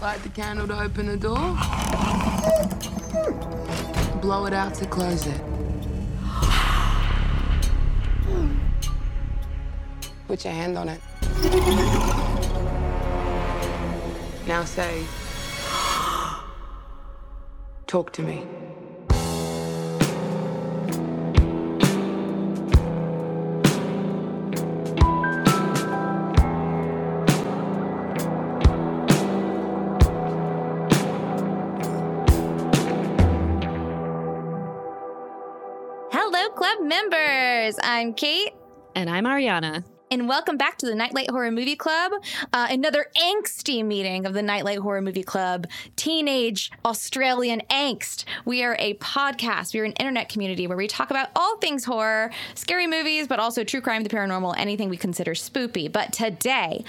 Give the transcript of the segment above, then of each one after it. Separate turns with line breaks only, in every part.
Light the candle to open the door. Blow it out to close it. Put your hand on it. Now say, talk to me.
Hello, club members. I'm Kate,
And I'm Ariana.
and welcome back to the Nightlight Horror Movie Club. Uh, another angsty meeting of the Nightlight Horror Movie Club. Teenage Australian angst. We are a podcast. We are an internet community where we talk about all things horror, scary movies, but also true crime, the paranormal, anything we consider spoopy. But today,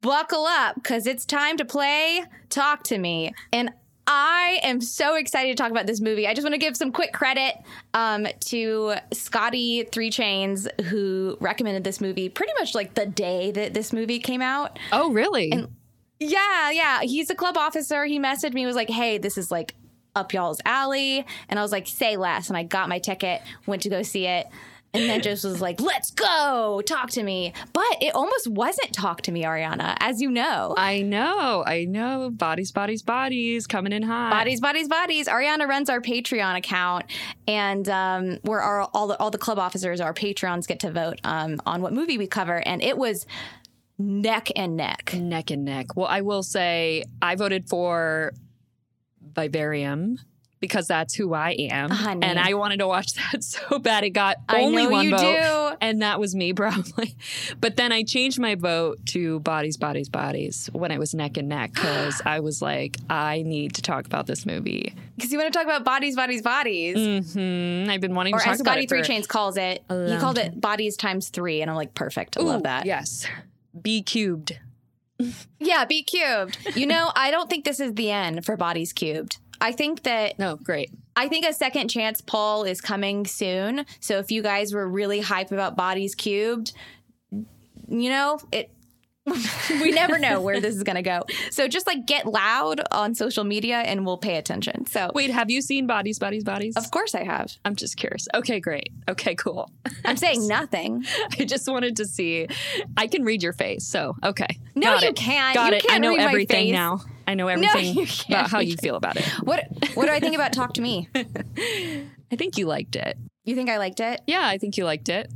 buckle up because it's time to play Talk to Me. And I am so excited to talk about this movie. I just want to give some quick credit um, to Scotty Three Chains, who recommended this movie pretty much like the day that this movie came out.
Oh, really?
Yeah, yeah. He's a club officer. He messaged me, was like, hey, this is like up y'all's alley. And I was like, say less. And I got my ticket, went to go see it. And then just was like, let's go, talk to me. But it almost wasn't talk to me, Ariana, as you know.
I know. I know. Bodies, bodies, bodies coming in hot.
Bodies, bodies, bodies. Ariana runs our Patreon account, and um, where our, all the all the club officers, our patrons, get to vote um, on what movie we cover, and it was neck and neck.
Neck and neck. Well, I will say I voted for Vivarium because that's who I am.
Honey.
And I wanted to watch that so bad. It got
I
only
know
one
you
vote.
do.
And that was me, probably. But then I changed my vote to Bodies, Bodies, Bodies when it was neck and neck because I was like, I need to talk about this movie.
Because you want to talk about bodies, bodies, bodies,
hmm I've been wanting
or
to talk
as
about
Scotty
it for-
Three Chains calls it, he
long
called it bodies times three, and I'm like, perfect. I
Ooh,
love that.
Yes. B cubed.
yeah, be cubed. you know, I don't think this is the end for bodies cubed. I think that
No, great.
I think a second chance poll is coming soon. So if you guys were really hype about bodies cubed, you know, it we never know where this is going to go. So just like get loud on social media and we'll pay attention. So
Wait, have you seen Bodies, Bodies, Bodies?
of course I have.
I'm just curious. Okay, great. Okay, cool.
I'm saying nothing.
I just wanted to see. I can read your face, so okay.
No,
Got
you
it.
can't.
Got
You
it. I
can't
know
read my
everything
face.
now. I know everything
you can't
about how you
read-
feel about it.
What what do I think about talk to me?
I think you liked it.
You think I liked it?
Yeah, I think you liked it.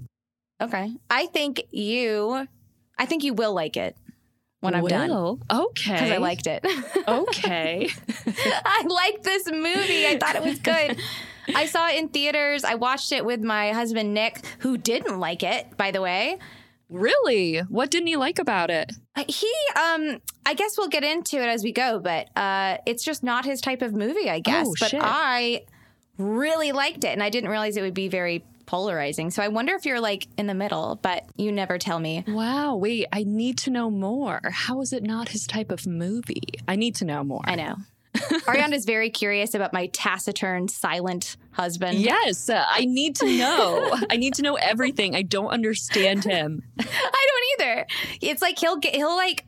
Okay. I think you I think you will like it when I'm done
Will. Okay.
cuz I liked it.
Oh, Okay.
I liked this movie. I thought it was good. I saw it in theaters. I watched it with my husband Nick, who didn't like it, by the way.
really? What didn't you like about it?
Uh, He, um, I guess we'll get into it as we go, but uh, it's just not his type of movie, I guess.
Oh,
but
shit.
I really liked it, and I didn't realize it would be very polarizing. So I wonder if you're like in the middle, but you never tell me.
Wow. Wait. I need to know more. How is it not his type of movie? I need to know more.
I know. Ariana's very curious about my taciturn, silent husband.
Yes, uh, I need to know. I need to know everything. I don't understand him.
I don't either. It's like he'll get he'll like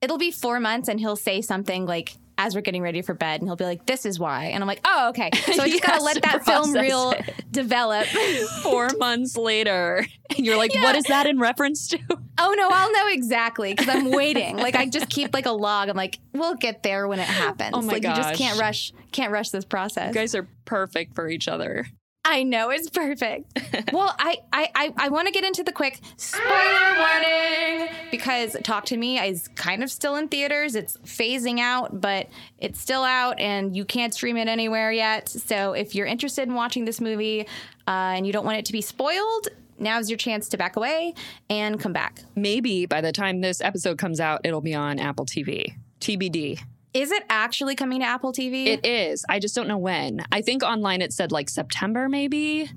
it'll be four months and he'll say something like as we're getting ready for bed and he'll be like, This is why and I'm like, Oh, okay. So I
He
just gotta
has
let
to
that film
process
reel develop.
Four months later, and you're like, "What is that in reference to?"
oh no, I'll know exactly because I'm waiting. like I just keep like a log. I'm like, we'll get there when it happens.
Oh, my
like you
gosh.
just can't rush can't rush this process.
You guys are perfect for each other.
I know it's perfect. well, I I I, I want to get into the quick spoiler warning because Talk to Me is kind of still in theaters. It's phasing out, but it's still out, and you can't stream it anywhere yet. So if you're interested in watching this movie uh, and you don't want it to be spoiled, now's your chance to back away and come back.
Maybe by the time this episode comes out, it'll be on Apple TV. TBD.
Is it actually coming to Apple TV?
It is. I just don't know when. I think online it said like September, maybe.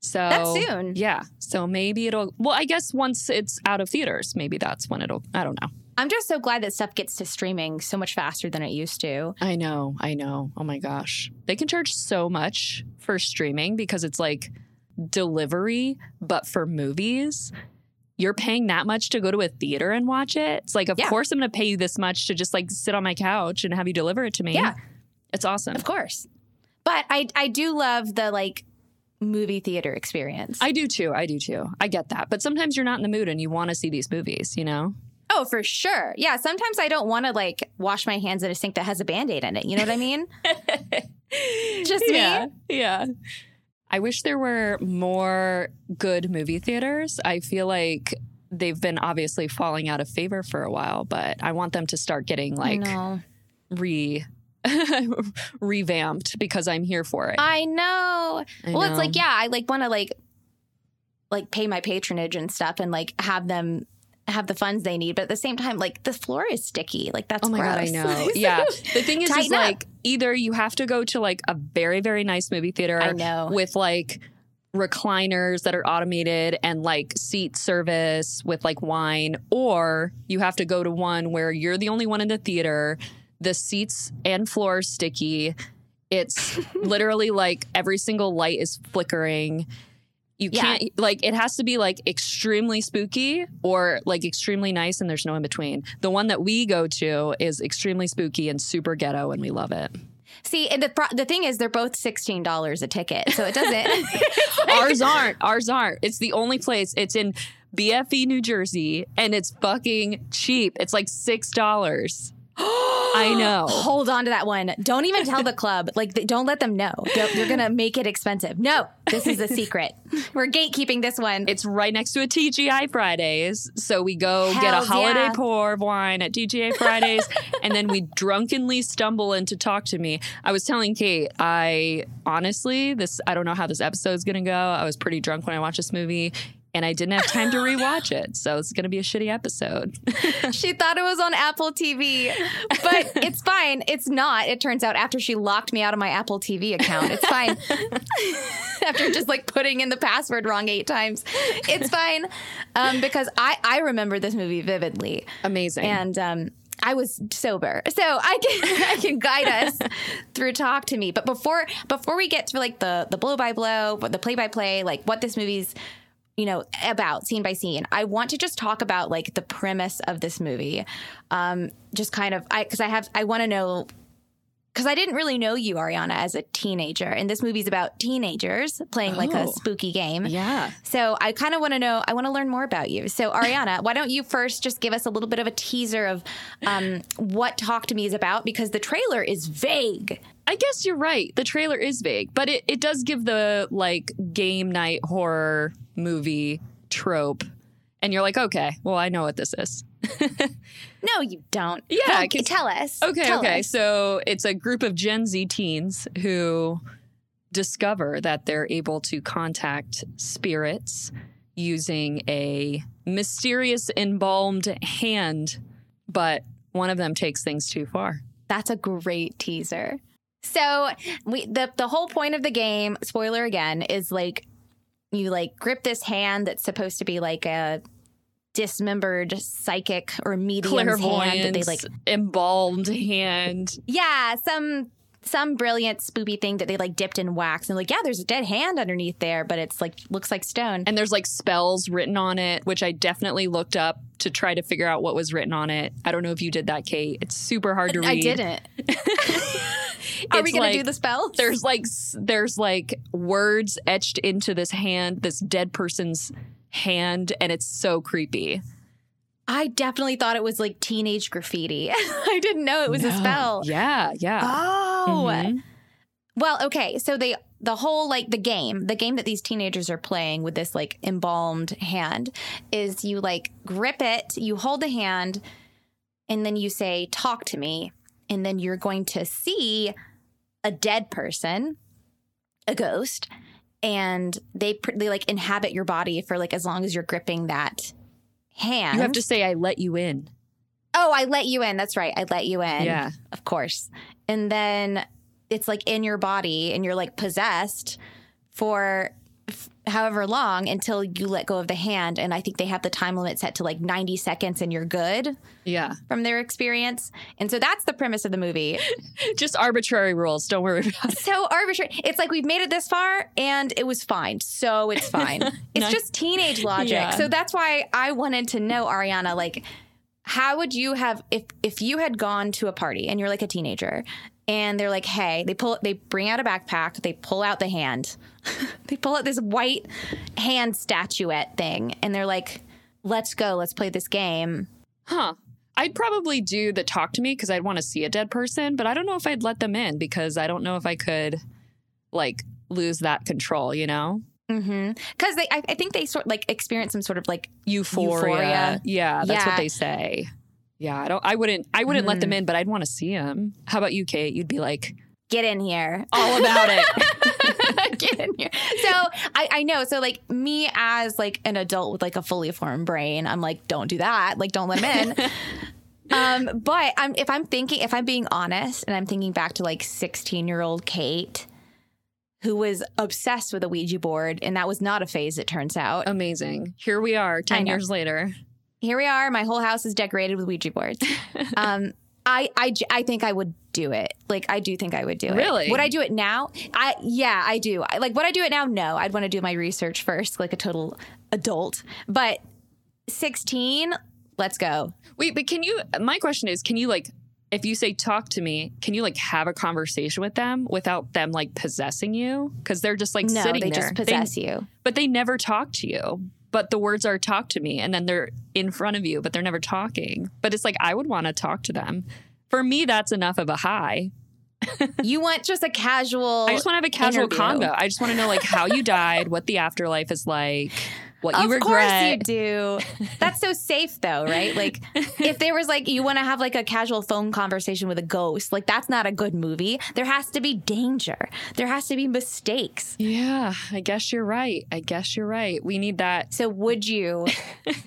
So
That's soon.
Yeah. So maybe it'll. Well, I guess once it's out of theaters, maybe that's when it'll. I don't know.
I'm just so glad that stuff gets to streaming so much faster than it used to.
I know, I know. Oh my gosh. They can charge so much for streaming because it's like delivery, but for movies. you're paying that much to go to a theater and watch it. It's like, of
Yeah.
course, I'm going to pay you this much to just like sit on my couch and have you deliver it to me.
Yeah.
It's awesome.
Of course. But I I do love the like movie theater experience.
I do too. I do too. I get that. But sometimes you're not in the mood and you want to see these movies, you know?
oh, for sure. Yeah, sometimes I don't want to like wash my hands in a sink that has a band-aid in it. You know what I mean? Just me?
yeah. Yeah. I wish there were more good movie theaters. I feel like they've been obviously falling out of favor for a while, but I want them to start getting like
no.
re revamped because I'm here for it.
I know.
I
well, it's
know.
like yeah, I like want to like like pay my patronage and stuff and like have them have the funds they need, but at the same time, like the floor is sticky. Like that's
Oh my god, I
gross.
know. yeah. The thing is, is
Tighten up.
like either you have to go to like a very, very nice movie theater
I know.
with like recliners that are automated and like seat service with like wine, or you have to go to one where you're the only one in the theater, the seats and floor are sticky. It's literally like every single light is flickering. You
Yeah.
can't like it has to be like extremely spooky or like extremely nice and there's no in between. The one that we go to is extremely spooky and super ghetto and we love it.
See, and the pro- the thing is, they're both sixteen dollars a ticket, so it doesn't.
ours aren't. Ours aren't. It's the only place. It's in BFE, New Jersey, and it's fucking cheap. It's like six dollars. I know.
Hold on to that one. Don't even tell the club. Like, th- don't let them know. Don't- You're going to make it expensive. No, this is a secret. We're gatekeeping this one.
It's right next to a TGI Fridays. So we go get a
Hells
holiday
yeah.
pour of wine at TGI Fridays and then we drunkenly stumble into Talk to Me. I was telling Kate, I honestly, this I don't know how this episode's going to go. I was pretty drunk when I watched this movie and I didn't have time to rewatch it. So it's going to be a shitty episode.
she thought it was on Apple TV, but it's fine. It's not. It turns out after she locked me out of my Apple TV account, it's fine. after just like putting in the password wrong eight times, it's fine um, because I I remember this movie vividly.
Amazing.
and um, I was sober, so I can I can guide us through talk to me. But before before we get to like the the blow by blow, the play by play, like what this movie's you know about scene by scene, I want to just talk about like the premise of this movie. Um, just kind of I because I have I want to know. Because I didn't really know you, Ariana, as a teenager, and this movie's about teenagers playing like a
Oh.
spooky game.
yeah.
So I kind of want to know. I want to learn more about you. So Ariana, why don't you first just give us a little bit of a teaser of um, what Talk to Me is about? Because the trailer is vague.
I guess you're right. The trailer is vague, but it, it does give the like game night horror movie trope. And you're like, okay, well, I know what this is.
No, you don't.
Yeah,
Well,
'cause-
tell us.
Okay,
Tell
okay.
us.
So it's a group of Gen Z teens who discover that they're able to contact spirits using a mysterious embalmed hand, but one of them takes things too far.
That's a great teaser. So we the the whole point of the game, spoiler again, is like you like grip this hand that's supposed to be like a dismembered psychic or medium's hand that they
Clairvoyance,
like
embalmed hand.
Yeah, some some brilliant spoopy thing that they like dipped in wax and like, yeah, there's a dead hand underneath there, but it's like looks like stone.
and there's like spells written on it, which I definitely looked up to try to figure out what was written on it. I don't know if you did that, Kate. It's super hard to read.
I didn't. Are we
It's
gonna
like-
do the spell?
There's like s- there's like words etched into this hand, this dead person's hand, and it's so creepy.
I definitely thought it was like teenage graffiti. I didn't know it was a spell.
Yeah, yeah.
Oh.
Mhm.
Well, okay. So they the whole like the game, the game that these teenagers are playing with this like embalmed hand is you like grip it, you hold the hand, and then you say talk to me, and then you're going to see a dead person, a ghost, and they pr- they like inhabit your body for like as long as you're gripping that hand.
You have to say I let you in.
Oh, I let you in. That's right. I let you in.
Yeah.
Of course. And then it's like in your body and you're like possessed for f- however long until you let go of the hand. And I think they have the time limit set to like 90 seconds and you're good
Yeah.
from their experience. And so that's the premise of the movie.
Just arbitrary rules. Don't worry about it.
so arbitrary. It's like we've made it this far and it was fine. So it's fine. it's
Nice.
just teenage logic.
Yeah.
So that's why I wanted to know, Ariana, like, how would you have if if you had gone to a party and you're like a teenager and they're like, hey, they pull they bring out a backpack, they pull out the hand. they pull out this white hand statuette thing and they're like, let's go, let's play this game.
Huh. I'd probably do the talk to me because I'd want to see a dead person, but I don't know if I'd let them in because I don't know if I could like lose that control, you know?
Mm-hmm. Because they I, I think they sort like experience some sort of like
Euphoria.
Euphoria.
Yeah, that's
Yeah. Mm-hmm.
what they say. Yeah, I don't I wouldn't I wouldn't let them in, but I'd want to see them. How about you, Kate? You'd be like
get in here.
all about it.
get in here. So I, I know. So like me as like an adult with like a fully formed brain, I'm like, don't do that. Like, don't let him in. um, but I'm if I'm thinking, if I'm being honest, and I'm thinking back to like 16 year old Kate, who was obsessed with a Ouija board, and that was not a phase. It turns out.
Amazing. Here we are 10
know.
years later.
Here we are. My whole house is decorated with Ouija boards. um, I, I, j- I think I would do it. Like, I do think I would do it.
Really?
Would I do it now? I, yeah, I do. I, like, would I do it now? No, I'd want to do my research first, like a total adult. But 16, let's go.
Wait, but can you? My question is, can you like, if you say talk to me, can you like have a conversation with them without them like possessing you? Because they're just like
No,
sitting
they
there,
just possess you.
but they never talk to you. But the words are talk to me, and then they're in front of you, but they're never talking. But it's like I would want to talk to them. For me, that's enough of a high.
You want just a casual.
I just want to have a casual
interview.
convo. I just want to know like how you died, what the afterlife is like, what you
of
regret.
course you do. That's so safe though, right? Like if there was like you want to have like a casual phone conversation with a ghost, like that's not a good movie. There has to be danger. There has to be mistakes.
Yeah, I guess you're right. I guess you're right. We need that
So would you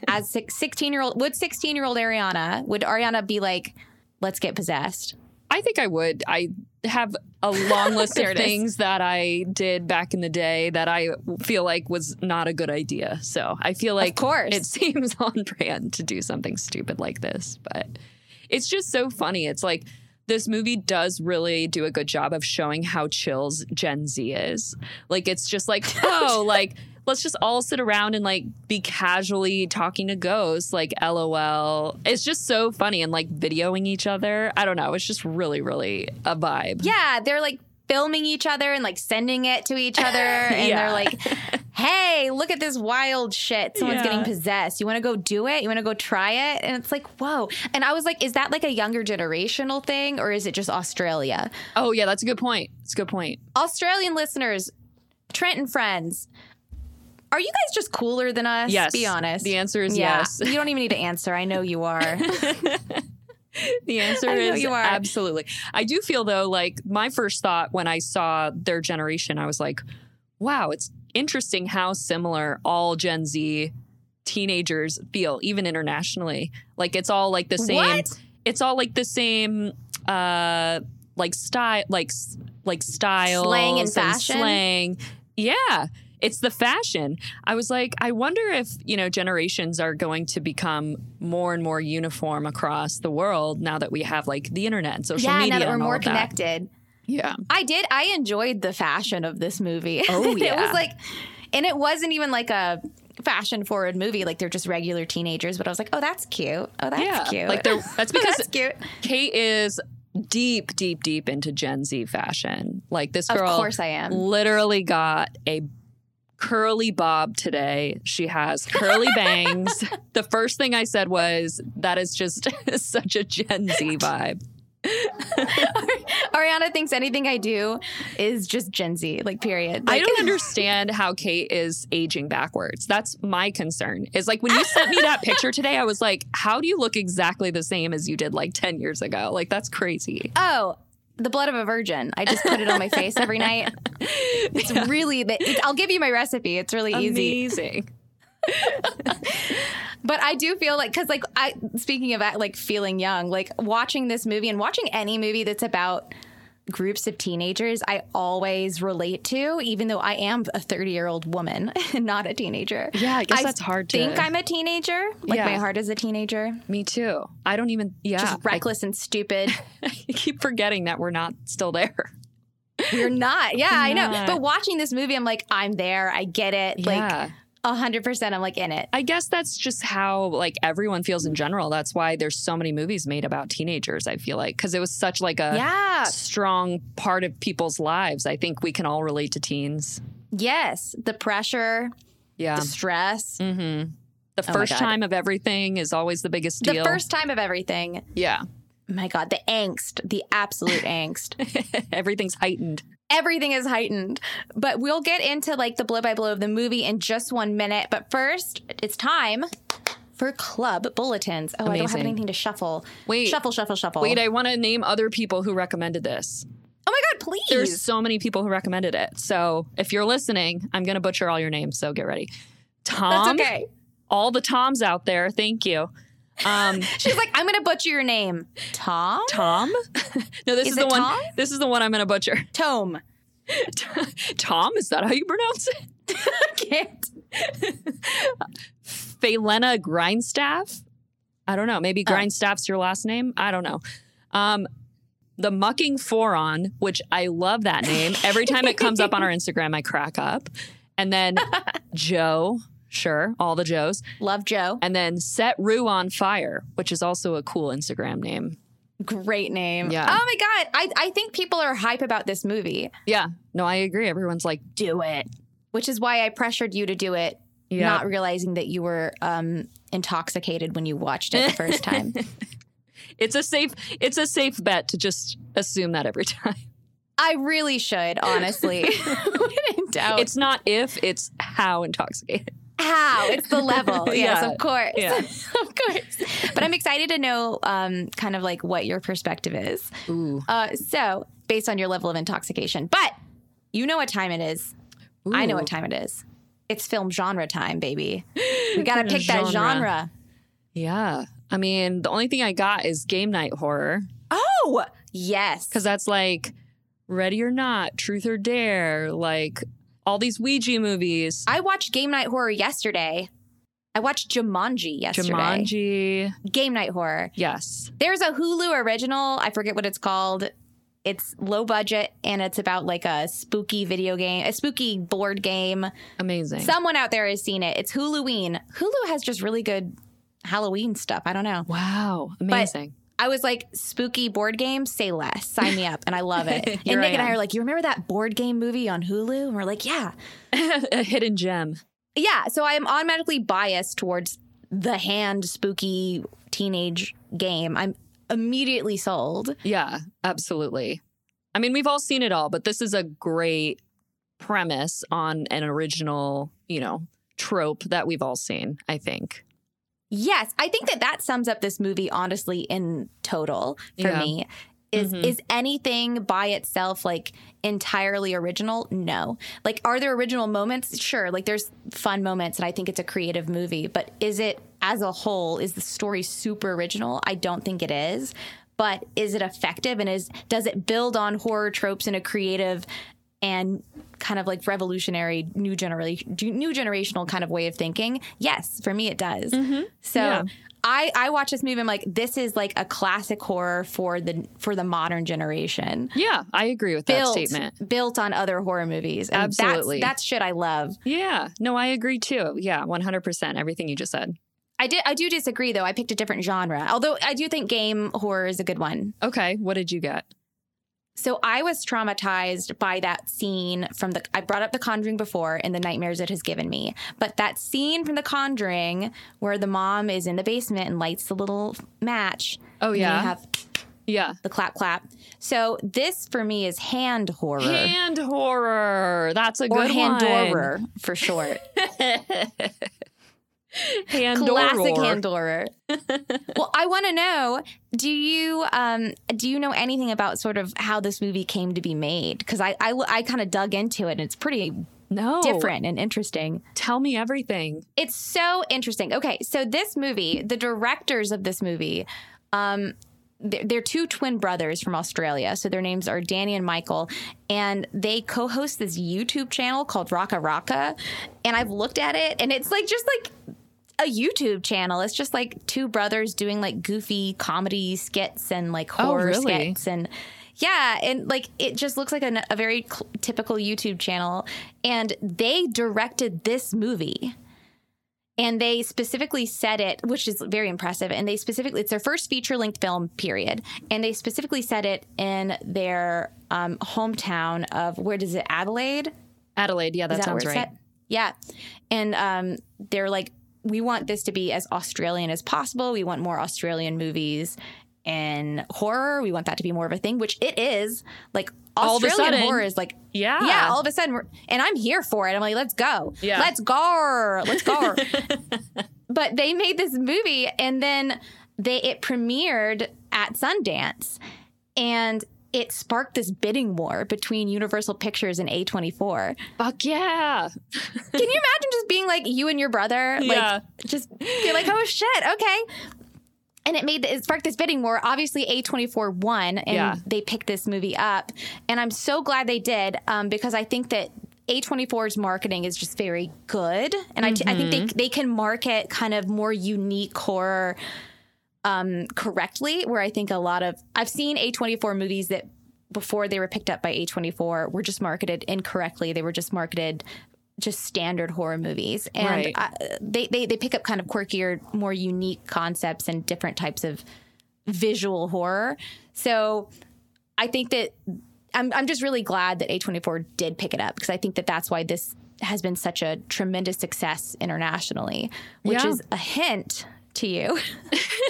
as 16 year old would 16 year old Ariana would Ariana be like let's get possessed?
I think I would. I have a long list
There
of
it is.
things that I did back in the day that I feel like was not a good idea. So I feel like,
course.
it seems on brand to do something stupid like this. But it's just so funny. It's like this movie does really do a good job of showing how chills Gen Z is. Like it's just like, oh, like let's just all sit around and like be casually talking to ghosts, like LOL. It's just so funny and like videoing each other. I don't know. It's just really, really a vibe.
Yeah, they're like filming each other and like sending it to each other and
Yeah.
they're like hey look at this wild shit someone's
Yeah.
getting possessed you want to go do it you want to go try it and it's like whoa and i was like is that like a younger generational thing or is it just australia
Oh yeah, that's a good point. It's a good point.
australian listeners trent and friends are you guys just cooler than us
Yes.
be honest
The answer is
yeah,
yes.
you don't even need to answer. I know you are.
The answer
I know
is
you are.
absolutely. I do feel though, like my first thought when I saw their generation, I was like, wow, it's interesting how similar all Gen Z teenagers feel, even internationally. Like it's all like the same.
What?
It's all like the same, uh, like style, like s- like style,
Slang and fashion?
slang. Yeah. It's the fashion. I was like, I wonder if, you know, generations are going to become more and more uniform across the world now that we have like the internet and social
yeah,
media.
now that we're
and all
more
of that.
connected.
Yeah.
I did. I enjoyed the fashion of this movie.
Oh,
it
yeah.
was like, and it wasn't even like a fashion forward movie. Like they're just regular teenagers. But I was like, oh, that's cute. Oh, that's
yeah.
cute.
Like they're, that's
oh,
because
that's cute.
Kate is deep, deep, deep into Gen Z fashion. Like this
Of
girl
course I am.
literally got a curly bob today. She has curly bangs. The first thing I said was, that is just such a Gen Z vibe.
Ariana thinks anything I do is just Gen Z. Like period.
I
Like,
don't understand how Kate is aging backwards. That's my concern. Is like when you sent me that picture today, I was like, how do you look exactly the same as you did like 10 years ago? Like that's crazy.
Oh. The blood of a virgin. I just put it on my face every night. It's really, it, I'll give you my recipe. It's really easy.
Amazing.
But I do feel like because like I uh, speaking of like feeling young, like watching this movie and watching any movie that's about groups of teenagers I always relate to, even though I am a 30 year old woman and not a teenager.
Yeah, I guess that's hard to-
think I'm a teenager. Like
Yeah.
my heart is a teenager.
Me too. I don't even. Yeah,
Just reckless and stupid.
I keep forgetting that we're not still there.
We're not. Yeah, I know.
not.
But watching this movie, I'm like, I'm there. I get it.
Yeah.
Like, hundred percent. I'm like in it.
I guess that's just how like everyone feels in general. That's why there's so many movies made about teenagers. I feel like because it was such like a
Yeah.
strong part of people's lives. I think we can all relate to teens.
Yes. The pressure,
Yeah.
the stress,
mm-hmm. The
Oh my
first
God.
time of everything is always the biggest
the
deal.
first time of everything.
yeah.
My God, the angst, the absolute angst.
Everything's heightened.
everything is heightened. But we'll get into like the blow by blow of the movie in just one minute. But first, it's time for club bulletins. Oh, I don't have
Amazing.
anything to shuffle.
Wait.
shuffle, shuffle, shuffle.
Wait, I want to name other people who recommended this.
oh my God, please.
There's so many people who recommended it. So if you're listening, I'm going to butcher all your names. So get ready.
That's
Tom.
okay.
All the Toms out there. Thank you. Um,
She's like, I'm gonna butcher your name, Tom.
Tom? no, this is,
Is
the
it
one.
Tom?
This is the one I'm going to butcher.
Tome.
Tom, is that how you pronounce it?
Can't.
Phelena Grindstaff? I don't know.
Oh.
Maybe Grindstaff's your last name? I don't know. Um, the Mucking Foron, which I love that name. Every time it comes up on our Instagram, I crack up. And then Joe, sure, all the Joes.
Love Joe.
And then Set Rue on Fire, which is also a cool Instagram name.
Great name.
Yeah.
Oh my God. I, I think people are hype about this movie.
Yeah, no, I agree. Everyone's like,
Do it. Which is why I pressured you to do it,
Yeah.
not realizing that you were um, intoxicated when you watched it the first time.
it's a safe, it's a safe bet to just assume that every time.
I really should, honestly. when in doubt,
It's not if, it's how intoxicated.
how. It's the level. Yes,
Yeah.
of course.
Yeah.
of course. But I'm excited to know um, kind of like what your perspective is.
Ooh.
Uh, so, based on your level of intoxication. But you know what time it is. I know
Ooh.
what time it is. It's film genre time, baby. We got to pick that
Genre.
genre.
Yeah. I mean, the only thing I got is game night horror
Oh, yes.
because that's like Ready or Not, Truth or Dare, like all these Ouija movies,
I watched Game Night Horror yesterday. I watched Jumanji yesterday.
Jumanji.
Game Night Horror.
Yes.
There's a Hulu original. I forget what it's called. It's low budget and it's about like a spooky video game, a spooky board game.
Amazing.
Someone out there has seen it. It's Huluween. Hulu has just really good Halloween stuff. I don't know.
wow. Amazing.
I was like, spooky board game, say less. Sign me up. And I love it. and Nick
Here I
and I
am.
are like, you remember that board game movie on Hulu? And we're like, yeah.
a hidden gem.
Yeah. So I am automatically biased towards the hand spooky teenage game. I'm immediately sold.
Yeah, absolutely. I mean, we've all seen it all, but this is a great premise on an original, you know, trope that we've all seen, I think.
Yes, I think that that sums up this movie honestly in total for
Yeah.
me. Is is anything by itself like entirely original? No. Like are there original moments? Sure. Like there's fun moments and I think it's a creative movie, but is it as a whole is the story super original? I don't think it is. But is it effective and is does it build on horror tropes in a creative and kind of like revolutionary new generation new generational kind of way of thinking? Yes, for me it does. So
Yeah.
I I watch this movie. I'm like, this is like a classic horror for the for the modern generation.
Yeah, I agree with that
Built
statement.
built on other horror movies. And
Absolutely.
that's, that's shit I love.
Yeah, no, I agree too. Yeah, 100%. Everything you just said.
I did I do disagree though. I picked a different genre, although I do think game horror is a good one.
Okay, what did you get?
So I was traumatized by that scene from the. I brought up The Conjuring before and the nightmares it has given me. But that scene from The Conjuring where the mom is in the basement and lights the little match.
Oh,
and then
yeah.
you have
Yeah.
the clap clap. So this for me is hand horror
Hand horror. That's a
Uh, or
good
hand
one.
horror for short.
Hand
Classic
horror.
hand horror. well, I want to know do you um, do you know anything about sort of how this movie came to be made? Because I I, I kind of dug into it and it's pretty
No.
different and interesting.
Tell me everything.
It's so interesting. Okay, so this movie, the directors of this movie, um, they're they're two twin brothers from Australia. So their names are Danny and Michael. And they co host this YouTube channel called Raka Raka. And I've looked at it and it's like just like a YouTube channel. It's just like two brothers doing like goofy comedy skits and like horror
really?
skits and yeah, and like it just looks like an, a very cl- typical YouTube channel. And they directed this movie. And they specifically said it, which is very impressive. And they specifically, it's their first feature length film, period. And they specifically said it in their um, hometown of, where does it, Adelaide?
Adelaide, yeah, that,
Is
sounds
where
right.
it's at? Yeah. And um, they're like, we want this to be as Australian as possible. We want more Australian movies and horror. We want that to be more of a thing, which it is. Like,
All of a
Australian
sudden.
horror is like,
Yeah.
yeah, all of a sudden, we're, and I'm here for it. I'm like, let's go.
Yeah.
Let's go. Let's go. but they made this movie and then they it premiered at Sundance and it sparked this bidding war between Universal Pictures and A24.
Fuck yeah.
Can you imagine just being like you and your brother? Like,
Yeah.
just be like, oh shit, okay. And it made it sparked this bidding war. Obviously, A24 won, and
Yeah.
they picked this movie up. And I'm so glad they did um, because I think that A24's marketing is just very good, and I t- I
Mm-hmm.
think they they can market kind of more unique horror um, correctly. Where I think a lot of I've seen A24 movies that before they were picked up by A24 were just marketed incorrectly. They were just marketed just standard horror movies, and
Right.
I, they, they they pick up kind of quirkier, more unique concepts and different types of visual horror. So I think that I'm I'm just really glad that A24 did pick it up because I think that that's why this has been such a tremendous success internationally, which
Yeah.
is a hint to you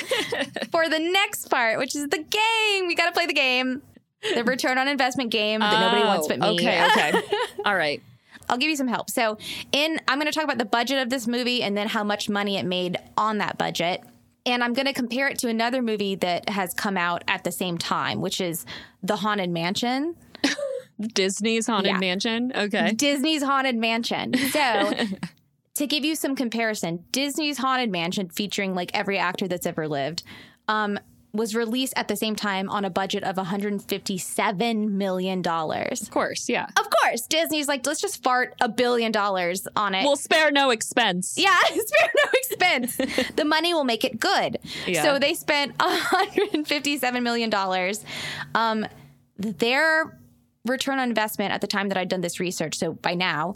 for the next part, which is the game. We got to play the game. The return on investment game that nobody wants
Oh,
but me.
Okay, okay. all right.
I'll give you some help. So, in I'm going to talk about the budget of this movie and then how much money it made on that budget. And I'm going to compare it to another movie that has come out at the same time, which is The Haunted Mansion.
Disney's Haunted
Yeah.
Mansion. Okay.
Disney's Haunted Mansion. So, to give you some comparison, Disney's Haunted Mansion, featuring like every actor that's ever lived, um, was released at the same time on a budget of $157 million. Of
Of course, yeah.
course, Disney's like, let's just fart a billion dollars on it.
We'll spare no expense.
Yeah, spare no expense. the money will make it good.
Yeah.
So they spent $157 million. Um, their return on investment at the time that I'd done this research, so by now,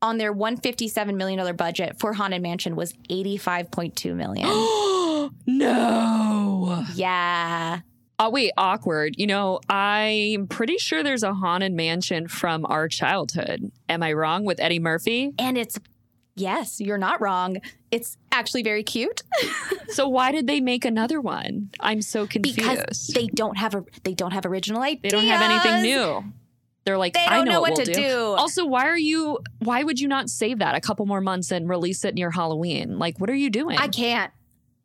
on their $157 million budget for Haunted Mansion was $85.2 million.
No.
yeah.
Oh, wait, awkward. You know, I'm pretty sure there's a Haunted Mansion from our childhood. Am I wrong with Eddie Murphy?
And it's, yes, you're not wrong. It's actually very cute.
So why did they make another one? I'm so confused.
Because they don't have a they don't have original ideas.
They don't have anything new. They're like,
They
I
don't
know,
know what
we'll
to do.
Also, why are you? Why would you not save that a couple more months and release it near Halloween? Like, what are you doing?
I can't.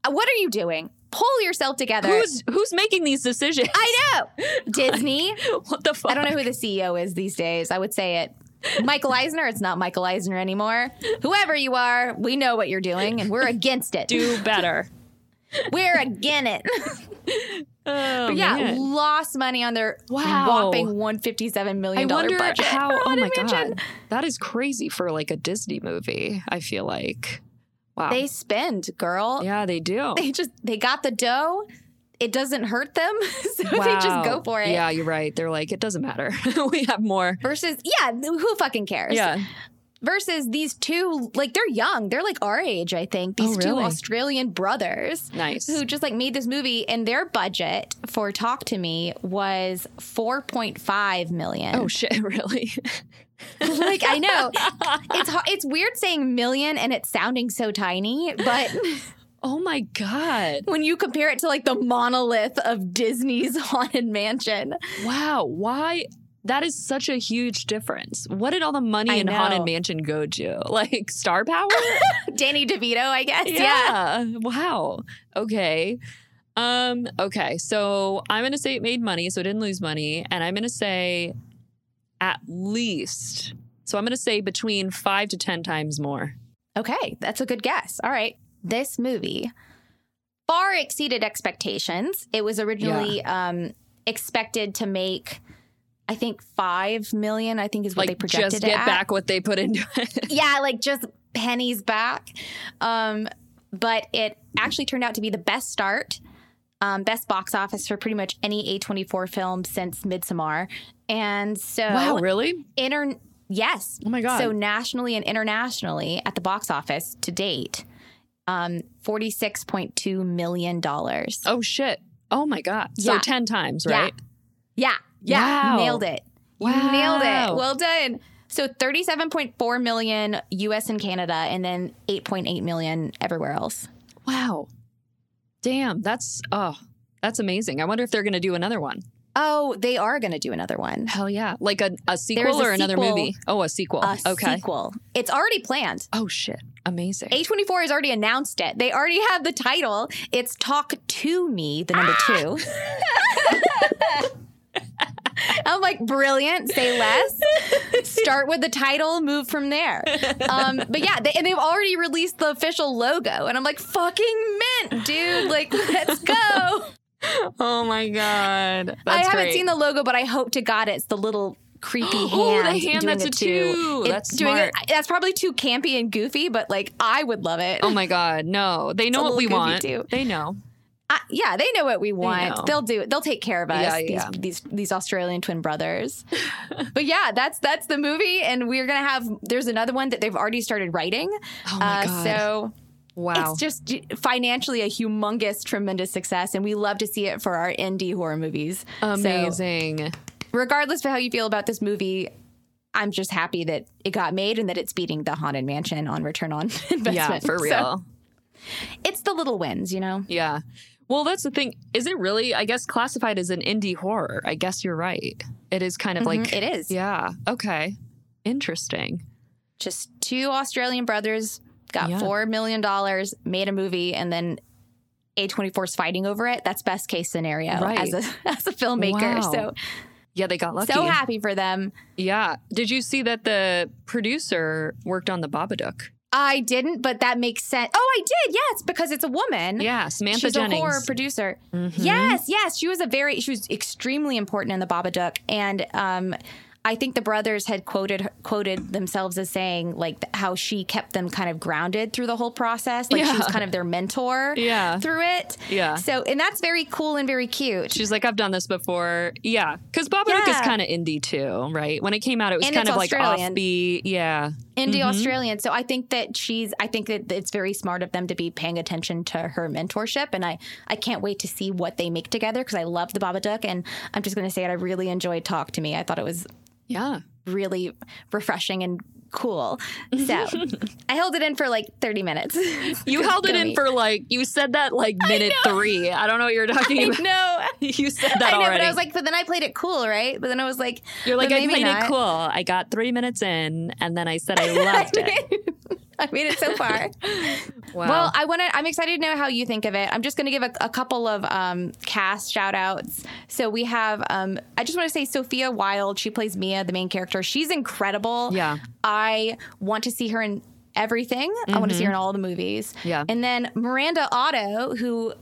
Uh, What are you doing? Pull yourself together.
who's who's making these decisions?
I know. Disney.
what the fuck?
I don't know who the CEO is these days. I would say it. Michael Eisner, it's not Michael Eisner anymore. Whoever you are, we know what you're doing and we're against it.
do better.
We're against it.
Oh,
But yeah,
man.
lost money on their
Wow.
whopping $157
I
million
wonder
budget.
how.
for
Oh my
Haunted Mansion.
god, that is crazy for like a Disney movie. I feel like, wow.
They spend, girl.
yeah, they do.
They just, they got the dough. It doesn't hurt them. So they just go
Wow.
for it.
Yeah, you're right. They're like, it doesn't matter. we have more.
Versus, yeah, who fucking cares?
Yeah,
versus these two like they're young they're like our age i think these
Oh,
two
really?
australian brothers
nice.
who just like made this movie and their budget for talk to me was 4.5 million
Oh shit, really?
like i know it's ho- it's weird saying million and it's sounding so tiny but
Oh my god.
when you compare it to like the monolith of disney's haunted mansion
Wow, why that is such a huge difference. What did all the
I
money in
know.
Haunted Mansion go to? Like star power?
danny devito i guess
Wow. Okay. Um okay. So I'm going to say it made money, so it didn't lose money, and I'm going to say at least so I'm going to say between 5 to 10 times more.
Okay, that's a good guess. All right. This movie far exceeded expectations. It was originally um, expected to make, I think, five million. I think is what they
like
projected
just
it
get
at.
back what they put into it.
yeah, like just pennies back. Um, but it actually turned out to be the best start, um, best box office for pretty much any A24 film since Midsommar. And so,
really?
inter- yes.
Oh my God.
So, nationally and internationally at the box office to date, um, $46.2 million.
Oh shit. Oh my god. So
Yeah.
10 times,
Yeah.
right?
Yeah. Yeah.
Wow.
You nailed it. You
Wow.
nailed it. Well done. So 37.4 million US and Canada and then 8.8 million everywhere else.
Wow. Damn, that's oh, that's amazing. I wonder if they're going to do another one.
Oh, they are going to do another one.
Hell yeah. Like a, a sequel
a
or another
sequel.
movie? Oh, a sequel.
A
okay.
sequel. It's already planned.
Oh shit. Amazing.
A24 has already announced it. They already have the title. It's Talk to Me, the number
Ah!
two. I'm like, brilliant, say less. Start with the title, move from there. Um, but yeah, they, and they've already released the official logo. And I'm like, fucking mint, dude. Like, let's go.
Oh my god. That's
I haven't seen the logo, but I hope to God it's the little creepy hand.
Oh, the hand
doing
that's
the
a
two.
two.
It's
That's smart.
that's probably too campy and goofy, but like I would love it.
Oh my god. No. They know
a
what we
little goofy
want.
too.
They know.
I, yeah, they know what we
know.
want. They'll do. it. They'll take care of us.
Yeah,
these,
yeah.
these these Australian twin brothers. but yeah, that's that's the movie, and we're gonna have. There's another one that they've already started writing. Uh,
Oh my God.
So
Wow.
it's just financially a humongous, tremendous success, and we love to see it for our indie horror movies. So,
amazing.
regardless of how you feel about this movie. I'm just happy that it got made and that it's beating the Haunted Mansion on return on investment.
yeah, for
So,
real.
it's the little wins, you know?
Yeah. Well, that's the thing. Is it really, I guess, classified as an indie horror? I guess you're right. It is kind of like.
Mhm, it is.
Yeah. Okay. Interesting.
just two Australian brothers got
Yeah.
four million dollars, made a movie, and then A24 is fighting over it. That's best case scenario
Right.
as a as a filmmaker.
Wow.
So
Yeah, they got lucky.
so happy for them.
Yeah. Did you see that the producer worked on the Babadook?
I didn't, but that makes sense. Oh, I did. Yes, because it's a woman.
Yeah, Samantha
She's
Jennings. Mm-hmm.
a horror producer. Yes, yes. She was a very, she was extremely important in the Babadook. And um, I think the brothers had quoted quoted themselves as saying, like, th- how she kept them kind of grounded through the whole process. Like, she was
Yeah.
kind of their mentor
Yeah.
through it.
Yeah.
So, and that's very cool and very cute.
She's like, I've done this before. Yeah. Because Babadook is
Yeah.
kind of indie too, right? When it came out, it was
And
kind
it's
of like
Australian.
offbeat. Yeah.
Indie
Mm-hmm.
Australian. So I think that she's, I think that it's very smart of them to be paying attention to her mentorship. And I, I can't wait to see what they make together because I love the Babadook. And I'm just going to say it, I really enjoyed Talk to Me. I thought it was
Yeah.
really refreshing and cool. So I held it in for like 30 minutes.
You held it in for like, you said that like minute three. I don't know what you're talking about.
no.
You said that
I know,
already.
but I was like, but then I played it cool, right? But then I was like,
You're like,
but
I
maybe
played
not.
it cool. I got three minutes in, and then I said I loved it.
I made it so far.
Wow.
Well, I want to. I'm excited to know how you think of it. I'm just going to give a, a couple of um, cast shout outs. So we have. Um, I just want to say Sophia Wilde. She plays Mia, the main character. She's incredible.
Yeah.
I want to see her in everything. I want to see her in all the movies.
Mm-hmm. Yeah.
And then Miranda Otto, who.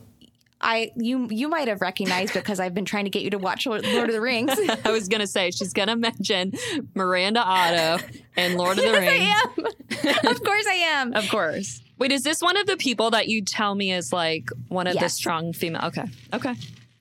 I you you might have recognized because I've been trying to get you to watch Lord of the Rings.
I was gonna say she's gonna mention Miranda Otto and Lord of the Rings,
I am. of course I am.
of course. Wait, is this one of the people that you tell me is like one of the
Yes.
strong female? Okay, okay.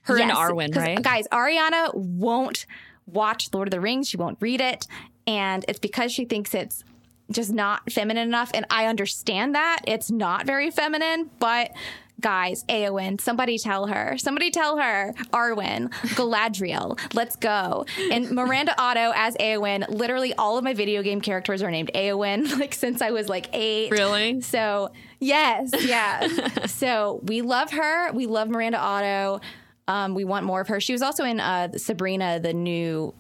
Her and
Yes,
Arwen,
'cause,
right?
Guys, Ariana won't watch Lord of the Rings. She won't read it. And it's because she thinks it's just not feminine enough. And I understand that. It's not very feminine, but guys, Aowen, somebody tell her. Somebody tell her. Arwen, Galadriel, let's go. And Miranda Otto as Aowen, literally all of my video game characters are named Aowen, like since I was like eight.
Really?
So yes, yeah. so we love her. We love Miranda Otto. Um, we want more of her. She was also in uh, Sabrina, the new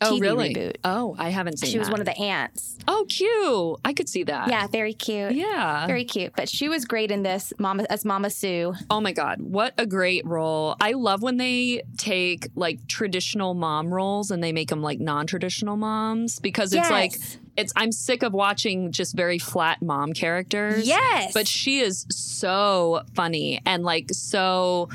Oh,
TV
really?
reboot.
Oh, I haven't seen.
She was
that.
one of the aunts.
Oh, cute. I could see that.
Yeah, very cute.
Yeah.
Very cute. But she was great in this Mama as Mama Sue.
Oh my God, what a great role. I love when they take like traditional mom roles and they make them like non traditional moms because
Yes.
it's like it's I'm sick of watching just very flat mom characters.
Yes.
But she is so funny and like so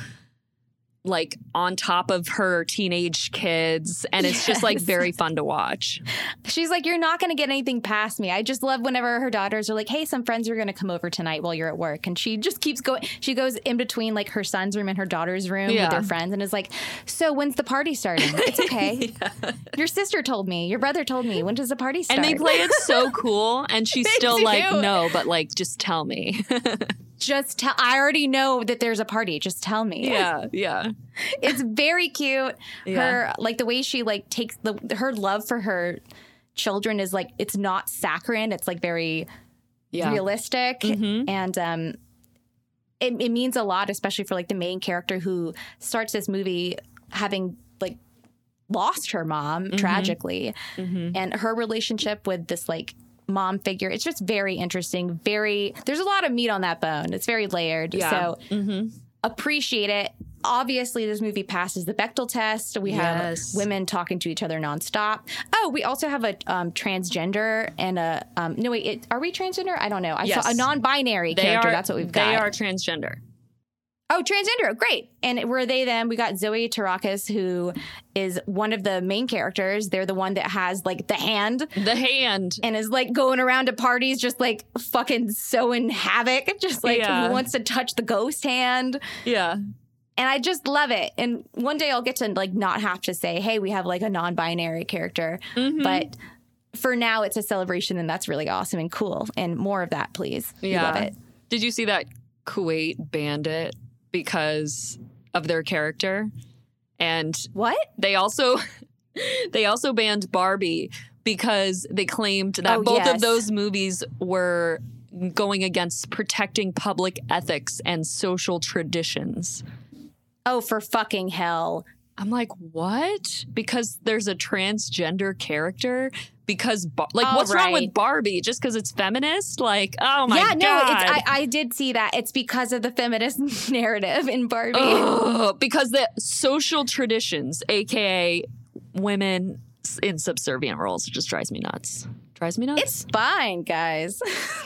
like on top of her teenage kids and it's just like
Yes.
very fun to watch.
She's like, You're not going to get anything past me. I just love whenever her daughters are like, Hey, some friends are going to come over tonight while you're at work. And she just keeps going. She goes in between like her son's room and her daughter's room
Yeah.
with their friends and is like, So when's the party starting? It's okay. Your sister told me. Your brother told me. When does the party start?
And they play it so cool and she's still
do.
like no but like just tell me.
Just tell. I already know that there's a party. Just tell me.
yeah, yeah.
it's very cute.
Yeah.
Her like the way she like takes the her love for her children is like it's not saccharine. It's like very
Yeah.
realistic
Mhm.
and um it, it means a lot especially for like the main character who starts this movie having like lost her mom
Mm-hmm.
tragically and her relationship with this like mom figure it's just very interesting very there's a lot of meat on that bone it's very layered
Yeah. Mm-hmm.
so appreciate it obviously this movie passes the bechtel test we
Yes.
have women talking to each other nonstop oh we also have a um, transgender and a um, no wait it, are we transgender i don't know i
Yes.
saw a non-binary
They
character
are
that's what we've
They
got
are transgender.
oh transgender great and were they them we got zoe Tarakas, who is one of the main characters they're the one that has like the hand
The hand
and is like going around to parties just like fucking sowing havoc just like
Yeah.
who wants to touch the ghost hand
Yeah.
and I just love it. And one day I'll get to like not have to say, "Hey, we have like a non-binary character,"
Mm-hmm.
but for now it's a celebration, and that's really awesome and cool. And more of that, please. We
Yeah.
love it.
Did you see that Kuwait banned it because of their character? And
What?
they also they also banned Barbie because they claimed that
Oh,
both of
yes.
those movies were going against protecting public ethics and social traditions.
Oh, for fucking hell!
I'm like, "What?" Because there's a transgender character because Bar- like
All
what's wrong with
Oh, right.
Barbie just cuz it's feminist? Like, oh my
yeah,
god.
no, it's, I, I did see that. It's because of the feminist narrative in Barbie.
Ugh, because the social traditions, aka women s- in subservient roles, it just drives me nuts. Drives me nuts.
It's fine, guys.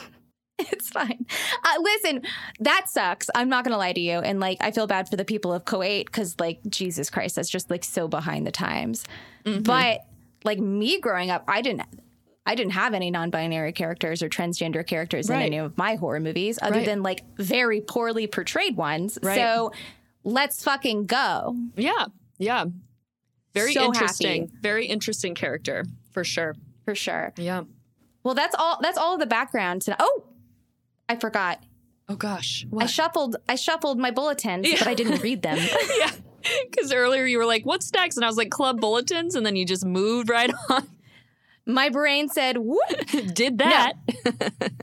it's fine. Uh, listen, that sucks. I'm not gonna lie to you, and like I feel bad for the people of Kuwait because like Jesus Christ, that's just like so behind the times.
Mm-hmm.
But like me growing up, I didn't. I didn't have any non-binary characters or transgender characters
Right.
in any of my horror movies, other
Right.
than like very poorly portrayed ones.
Right.
So let's fucking go.
yeah, yeah. Very
So
interesting.
happy.
Very interesting character for sure.
for sure.
Yeah.
Well, that's all. That's all the background. To, oh, I forgot.
Oh gosh.
I shuffled I shuffled my bulletins, but I didn't read them.
yeah. Because earlier you were like, "What's next?" and I was like, "Club bulletins," and then you just moved right on.
my brain said, "Whoop,
Did that?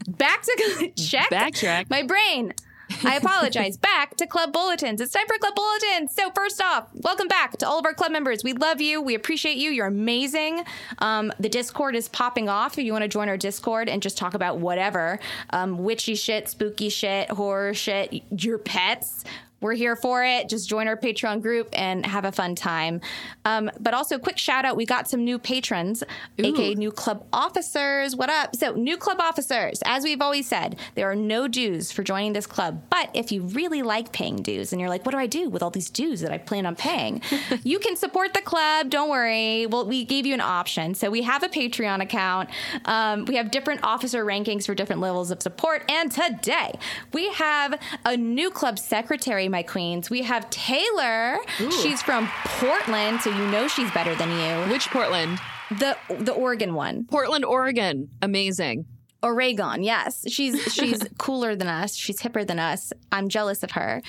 back to check."
Backtrack.
My brain. I apologize. back to club bulletins. It's time for club bulletins. So first off, welcome back to all of our club members. We love you. We appreciate you. You're amazing. Um, the Discord is popping off. If you want to join our Discord and just talk about whatever, um, witchy shit, spooky shit, horror shit, your pets. We're here for it. Just join our Patreon group and have a fun time. Um, but also, quick shout out we got some new patrons, aka new club officers. What up? So, new club officers, as we've always said, there are no dues for joining this club. But if you really like paying dues and you're like, what do I do with all these dues that I plan on paying? you can support the club. Don't worry. Well, we gave you an option. So, we have a Patreon account. Um, we have different officer rankings for different levels of support. And today, we have a new club secretary, my queens. We have Taylor. She's from Portland, so you know she's better than you.
Which Portland?
The the Oregon one.
Portland, Oregon. Amazing.
Oregon, yes. She's she's cooler than us. She's hipper than us. I'm jealous of her.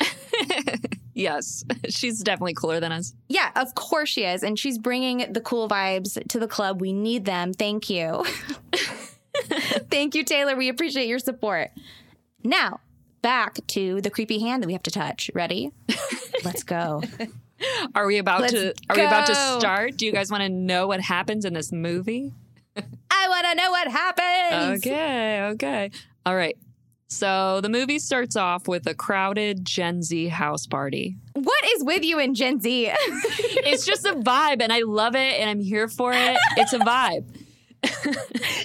Yes, she's definitely cooler than us.
Yeah, of course she is. And she's bringing the cool vibes to the club. We need them. Thank you. Thank you, Taylor. We appreciate your support. Now, back to the creepy hand that we have to touch. Ready? Let's go.
Are we about
Let's
to are we about to
go.
start? Do you guys want to know what happens in this movie?
I want to know what happens.
Okay, okay. All right. So the movie starts off with a crowded Gen Z house party.
What is with you and Gen Z?
It's just a vibe and I love it and I'm here for it. It's a vibe.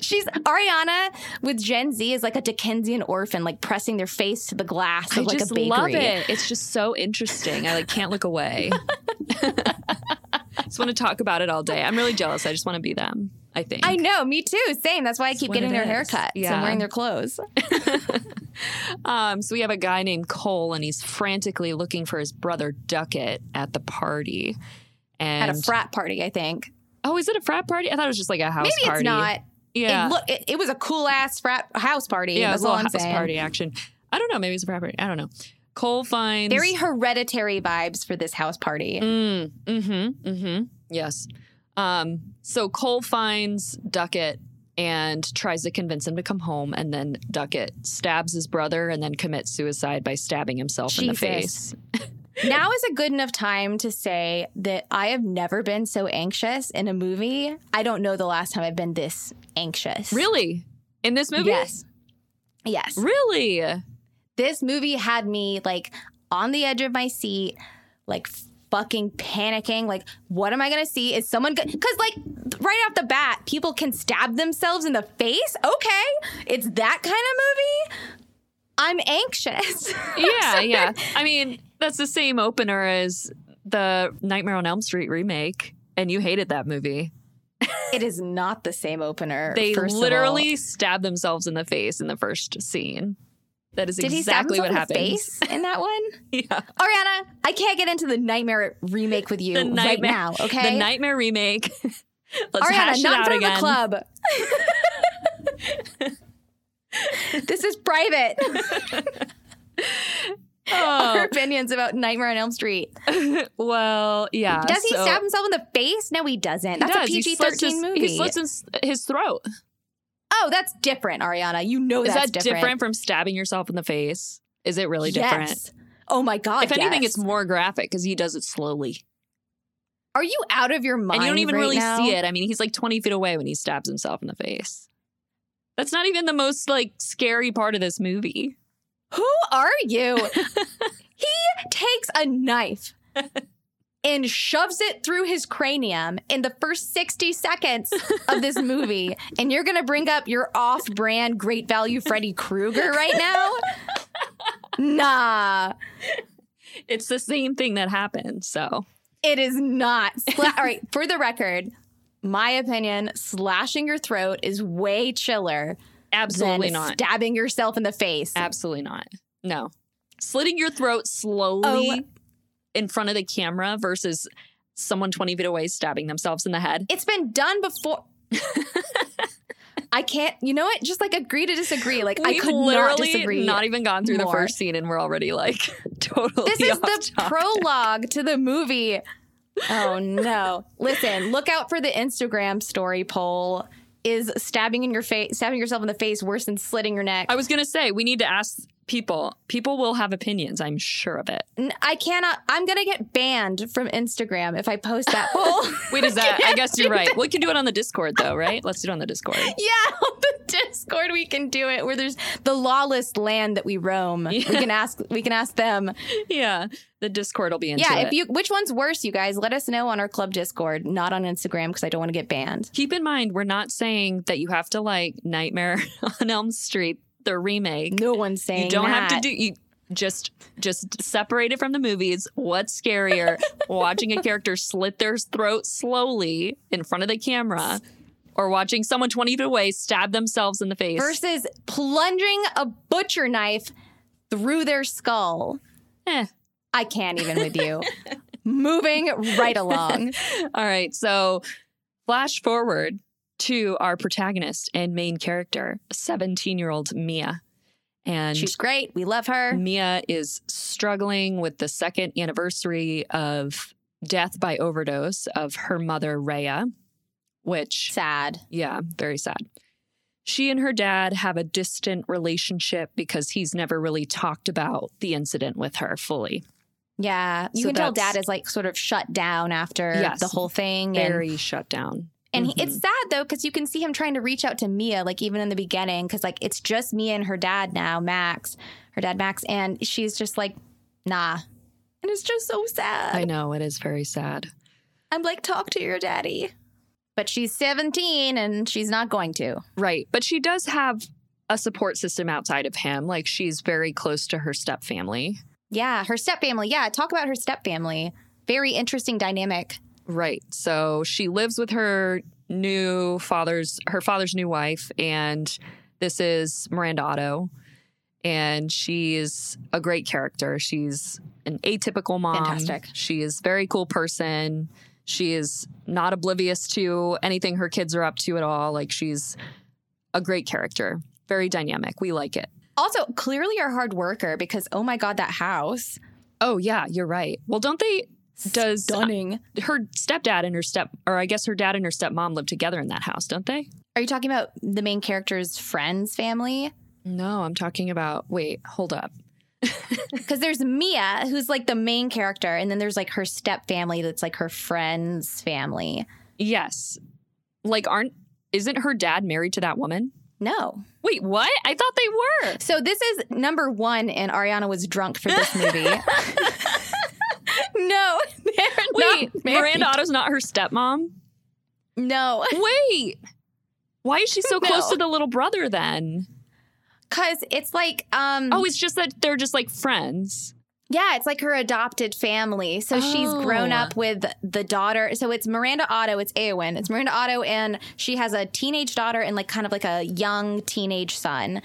She's Ariana with Gen Z is like a Dickensian orphan, like pressing their face to the glass of
I
like
just
a bakery.
love it. It's just so interesting. I like can't look away. just want to talk about it all day. I'm really jealous. I just want to be them. I think.
I know, me too. Same. That's why I keep
what
getting
it
their
is.
haircuts
Yeah.
and wearing their clothes.
Um, so we have a guy named Cole, and he's frantically looking for his brother Duckett at the party. And
At a frat party, I think.
oh, is it a frat party? I thought it was just like a house
Maybe
party.
it's not.
Yeah,
It, look, it, it was a cool ass frat house party.
yeah, it
that's
was a
all
little
I'm
house
saying.
party action. I don't know. Maybe it's a frat party. I don't know. Cole finds
Very hereditary vibes for this house party.
Mm, mm-hmm. Mm-hmm. Yes. Um, so Cole finds Duckett and tries to convince him to come home, and then Duckett stabs his brother and then commits suicide by stabbing himself in the
Jesus.
face.
now is a good enough time to say that I have never been so anxious in a movie. I don't know the last time I've been this anxious.
Really? In this movie?
Yes. Yes.
Really?
This movie had me like on the edge of my seat, like fucking panicking. Like, what am I gonna see? Is someone go- Cause like right off the bat, people can stab themselves in the face. Okay, it's that kind of movie. I'm anxious.
Yeah, yeah. I mean, that's the same opener as the Nightmare on Elm Street remake, and you hated that movie.
it is not the same opener.
They
first of all.
literally stab themselves in the face in the first scene. That is
Did he stab
exactly
himself
what
in the
happened.
face in that one?
Yeah.
Ariana, I can't get into the nightmare remake with you
the
right
nightmare
now. Okay,
the nightmare remake let's hash
Ariana, not
it
in
out
front
again
of the club. this is private. Her
Oh,
opinions about Nightmare on Elm Street.
well yeah
Does he
so-
stab himself in the face? No, he doesn't.
He
That's
does.
a
He
PG
slits his-
thirteen movie.
he slits his, his throat
oh, that's different, Ariana. You know
is
Oh, that's
that different. from stabbing yourself in the face is it really different
Yes. Oh my god.
if anything
yes.
it's more graphic because he does it slowly
Are you out of your mind?
and you don't even
right
really
now?
see it i mean he's like 20 feet away when he stabs himself in the face that's not even the most like scary part of this movie
Who are you? he takes a knife and shoves it through his cranium in the first 60 seconds of this movie. and you're going to bring up your off brand great value Freddy Krueger right now? Nah,
it's the same thing that happened so
it is not. Sla- All right, for the record, my opinion, slashing your throat is way chiller
absolutely
than
not
stabbing yourself in the face.
Absolutely not. No. Slitting your throat
Oh.
slowly in front of the camera versus someone 20 feet away stabbing themselves in the head.
It's been done before. I can't. You know what? Just like agree to disagree. Like I
We've
could not
literally
disagree.
not even gone through the
more.
first scene and we're already like totally
this is
off
the
topic.
prologue to the movie. Oh no! Listen, look out for the Instagram story poll. Is stabbing in your face, stabbing yourself in the face, worse than slitting your neck?
I was going to say we need to ask people. People will have opinions, I'm sure of it.
N- I cannot. I'm gonna get banned from Instagram if I post that poll.
Wait, is that I guess you're right. We can do it on the Discord though, right? Let's do it on the Discord.
Yeah, on the Discord we can do it. Where there's the lawless land that we roam. We can ask. We can ask them.
Yeah. The Discord will be into
yeah
it.
if you which one's worse you guys let us know on our club discord not on instagram because i don't want to get banned
Keep in mind, we're not saying that you have to like Nightmare on Elm Street, the remake.
no one's saying
you don't have to
that.
do you just just separate it from the movies what's scarier watching a character slit their throat slowly in front of the camera or watching someone 20 feet away stab themselves in the face
versus plunging a butcher knife through their skull
Eh.
i can't even with you moving right along
all right so flash forward to our protagonist and main character 17 year old mia and
she's great we love her
Mia is struggling with the second anniversary of death by overdose of her mother, Rhea, which,
sad
yeah, very sad. She and her dad have a distant relationship because he's never really talked about the incident with her fully.
yeah you
So
can tell
that's-
dad is like sort of shut down after
Yes.
the whole thing and
Very shut down.
And
Mhm.
he, it's sad though because you can see him trying to reach out to Mia, like even in the beginning, because like it's just Mia and her dad now, Max, her dad Max, and she's just like, nah, and it's just so sad.
I know, it is very sad.
I'm like, talk to your daddy. but she's 17 and she's not going to.
Right. But she does have a support system outside of him. Like she's very close to her step family.
Yeah, her step family. Yeah, talk about her step family. Very interesting dynamic.
Right. So she lives with her new father's her father's new wife and this is Miranda Otto and she's a great character. She's an atypical mom.
Fantastic.
She is a very cool person. She is not oblivious to anything her kids are up to at all. Like she's a great character. Very dynamic. We like it.
Also, clearly a hard worker because oh my god, that house.
Oh yeah, you're right. Well, don't they Does-
stunning.
her stepdad and her step or I guess her dad and her stepmom live together in that house, don't they?
Are you talking about the main character's friends family?
No, I'm talking about wait, hold up.
Because there's Mia, who's like the main character, and then there's like her step family that's like her friend's family.
Yes. Like aren't isn't her dad married to that woman?
No.
Wait, what? I thought they were.
So this is number one, and Ariana was drunk for this movie. no, they're
Wait,
not married.
Miranda Otto's not her stepmom?
No,
Wait. Why is she so
No.
close to the little brother then?
because it's like um
Oh, it's just that they're just like friends.
Yeah, it's like her adopted family. So she's grown
Oh.
up with the daughter. So it's Miranda Otto, it's Eowyn. It's Miranda Otto, and she has a teenage daughter and like kind of like a young teenage son.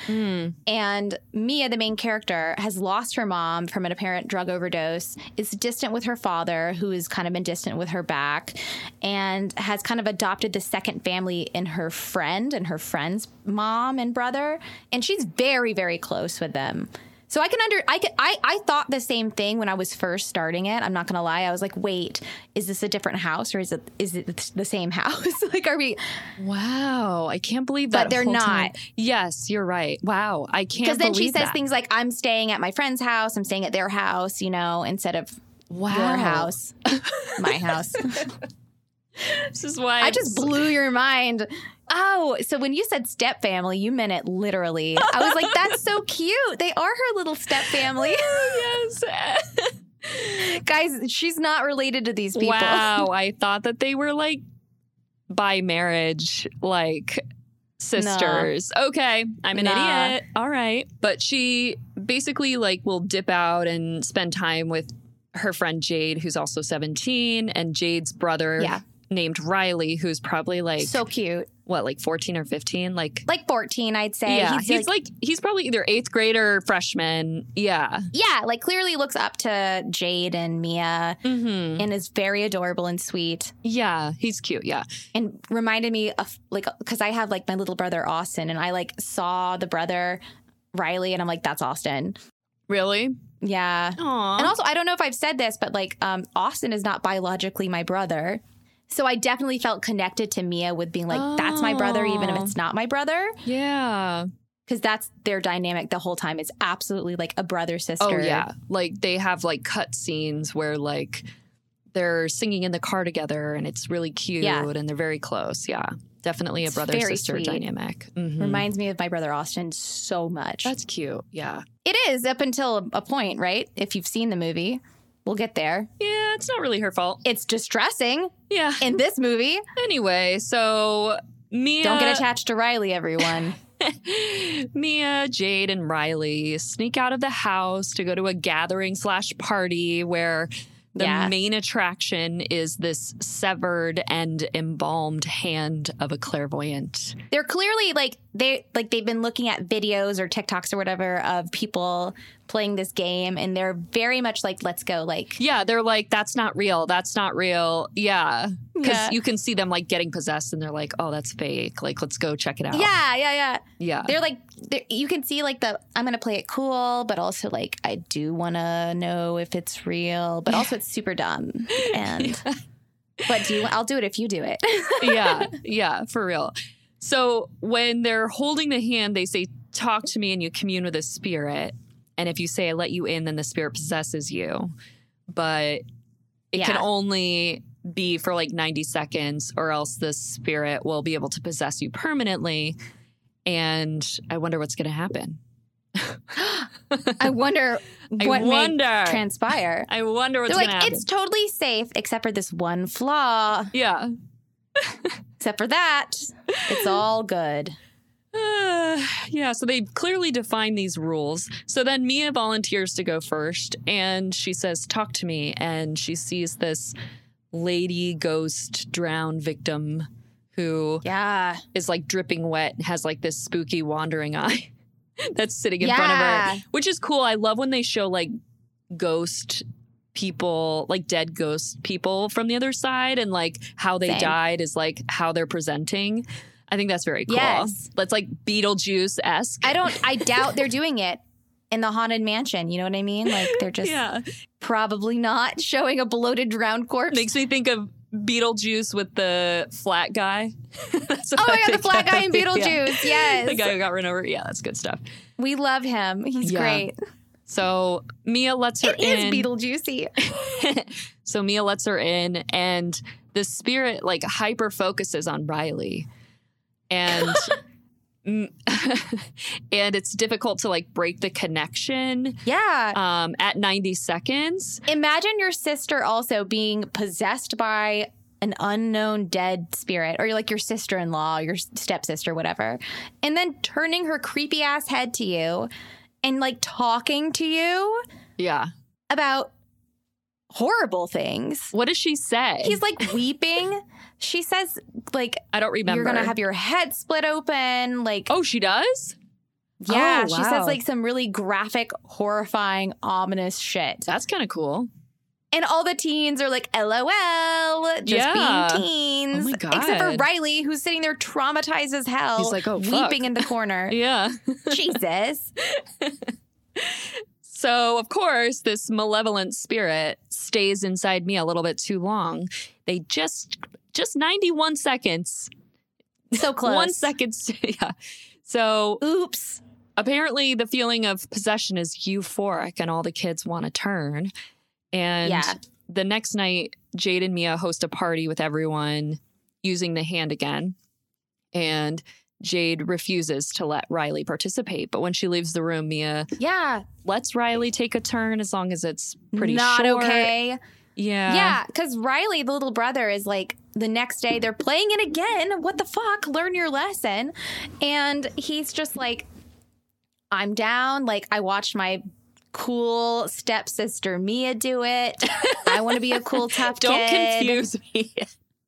And Mia, the main character, has lost her mom from an apparent drug overdose, is distant with her father, who has kind of been distant with her back, and has kind of adopted the second family in her friend and her friend's mom and brother. And she's very, very close with them. So I can under I can, I I thought the same thing when I was first starting it. I'm not gonna lie. I was like, wait, is this a different house or is it is it the same house? like, are we?
Wow, I can't believe
But
that.
they're
whole time-
not.
Yes, you're right. Wow, I can't.
Because then she
believe
says
that.
things like, I'm staying at my friend's house. I'm staying at their house. You know, instead of
Wow.
your house, my house.
This is why
I just blew your mind. Oh, so when you said step family, you meant it literally. I was like, that's so cute. They are her little step family.
yes.
Guys, she's not related to these people.
wow, I thought that they were like by marriage, like sisters. Okay, I'm an
Nah.
idiot. All right, but she basically like will dip out and spend time with her friend Jade, who's also 17, and Jade's brother.
Yeah.
Named Riley, who's probably like
So cute.
what, like fourteen or fifteen, like
Like 14, I'd say.
yeah, he's, like, he's probably either eighth grader or freshman. Yeah,
yeah, like clearly looks up to Jade and Mia
mm-hmm.
and is very adorable and sweet.
yeah, he's cute. Yeah,
and reminded me of like because I have like my little brother Austin, and I like saw the brother Riley, and I'm like, that's Austin.
really.
Yeah.
Aww.
And also, I don't know if I've said this, but like um, Austin is not biologically my brother. So I definitely felt connected to Mia with being like, that's my brother, even if
Oh.
it's not my brother,
yeah.
because that's their dynamic the whole time. It's absolutely like a brother sister.
Oh yeah. Like they have like cut scenes where like they're singing in the car together and it's really cute
Yeah.
and they're very close. Yeah. Definitely a
It's
brother
very
sister
sweet.
dynamic. Mhm.
Reminds me of my brother Austin so much.
That's cute. Yeah.
it is up until a point, right? If you've seen the movie, we'll get there.
Yeah, it's not really her fault.
It's distressing
Yeah.
in this movie.
Anyway, so Mia
Don't get attached to Riley, everyone.
Mia, Jade, and Riley sneak out of the house to go to a gathering slash party where the
Yes.
main attraction is this severed and embalmed hand of a clairvoyant.
They're clearly like they like they've been looking at videos or TikToks or whatever of people playing this game, and they're very much like, "Let's go!" Like,
Yeah, they're like, that's not real. That's not real. Yeah. Because
Yeah.
you can see them like getting possessed and they're like, oh, that's fake. Like, let's go check it out.
yeah, yeah, yeah.
Yeah.
They're like, they're, you can see like the I'm gonna play it cool, but also like I do want to know if it's real, but also it's super dumb. And but do you? I'll do it if you do it.
yeah. Yeah. For real. So when they're holding the hand, they say, talk to me and you commune with a spirit. And if you say, I let you in, then the spirit possesses you. But it can
Yeah.
only be for like 90 seconds or else the spirit will be able to possess you permanently. And I wonder what's going to happen.
I wonder
I
what
wonder.
may transpire.
I wonder what's
They're
going
like,
to happen.
it's totally safe except for this one flaw.
yeah.
Except for that, it's all good.
Uh, yeah, so they clearly define these rules. So then Mia volunteers to go first, and she says, Talk to me. And she sees this lady ghost drowned victim who is
Yeah.
like dripping wet, has like this spooky wandering eye that's sitting in front
Yeah.
of her, which is cool. I love when they show like ghost people, like dead ghost people from the other side, and like how they
Same.
died is like how they're presenting. I think that's very cool.
Yes.
That's like Beetlejuice esque.
I don't, I doubt they're doing it in the Haunted Mansion. You know what I mean? Like they're just
yeah.
probably not showing a bloated drowned corpse.
Makes me think of Beetlejuice with the flat guy. That's what
oh
I
my God, the
think
flat
of.
guy in
Yeah.
Beetlejuice.
The guy
Yes.
who got run over. Yeah, that's good stuff.
We love him. He's
Yeah.
great.
So Mia lets her
It is
in.
Beetlejuicy.
so Mia lets her in, and the spirit like hyper focuses on Riley, and Mm, and it's difficult to like break the connection
Yeah.
um, at ninety seconds.
Imagine your sister also being possessed by an unknown dead spirit, or like your sister in law, your s- stepsister, whatever, and then turning her creepy ass head to you and like talking to you
Yeah.
about horrible things.
What does she say?
He's like weeping. She says, like,
I don't remember.
you're gonna have your head split open. Like,
oh, she does.
yeah,
oh,
she
wow.
says like some really graphic, horrifying, ominous shit.
That's kind of cool.
And all the teens are like, LOL, just
Yeah.
being teens.
Oh my
Except for
God.
Riley, who's sitting there traumatized as hell.
He's like, "Oh,
weeping
fuck."
in the corner.
Yeah.
Jesus.
So, of course, this malevolent spirit stays inside me a little bit too long. They just just 91 seconds.
So close.
1 second. Yeah. So,
Oops.
apparently the feeling of possession is euphoric and all the kids want to turn. And
Yeah.
the next night, Jade and Mia host a party with everyone using the hand again. And Jade refuses to let Riley participate. But when she leaves the room, Mia
Yeah.
lets Riley take a turn as long as it's pretty
Not
short.
okay.
Yeah.
Yeah. Because Riley, the little brother, is like, the next day they're playing it again. What the fuck? Learn your lesson. And he's just like, I'm down. Like, I watched my cool stepsister Mia do it. I want to be a cool, tough
Don't
kid.
confuse me.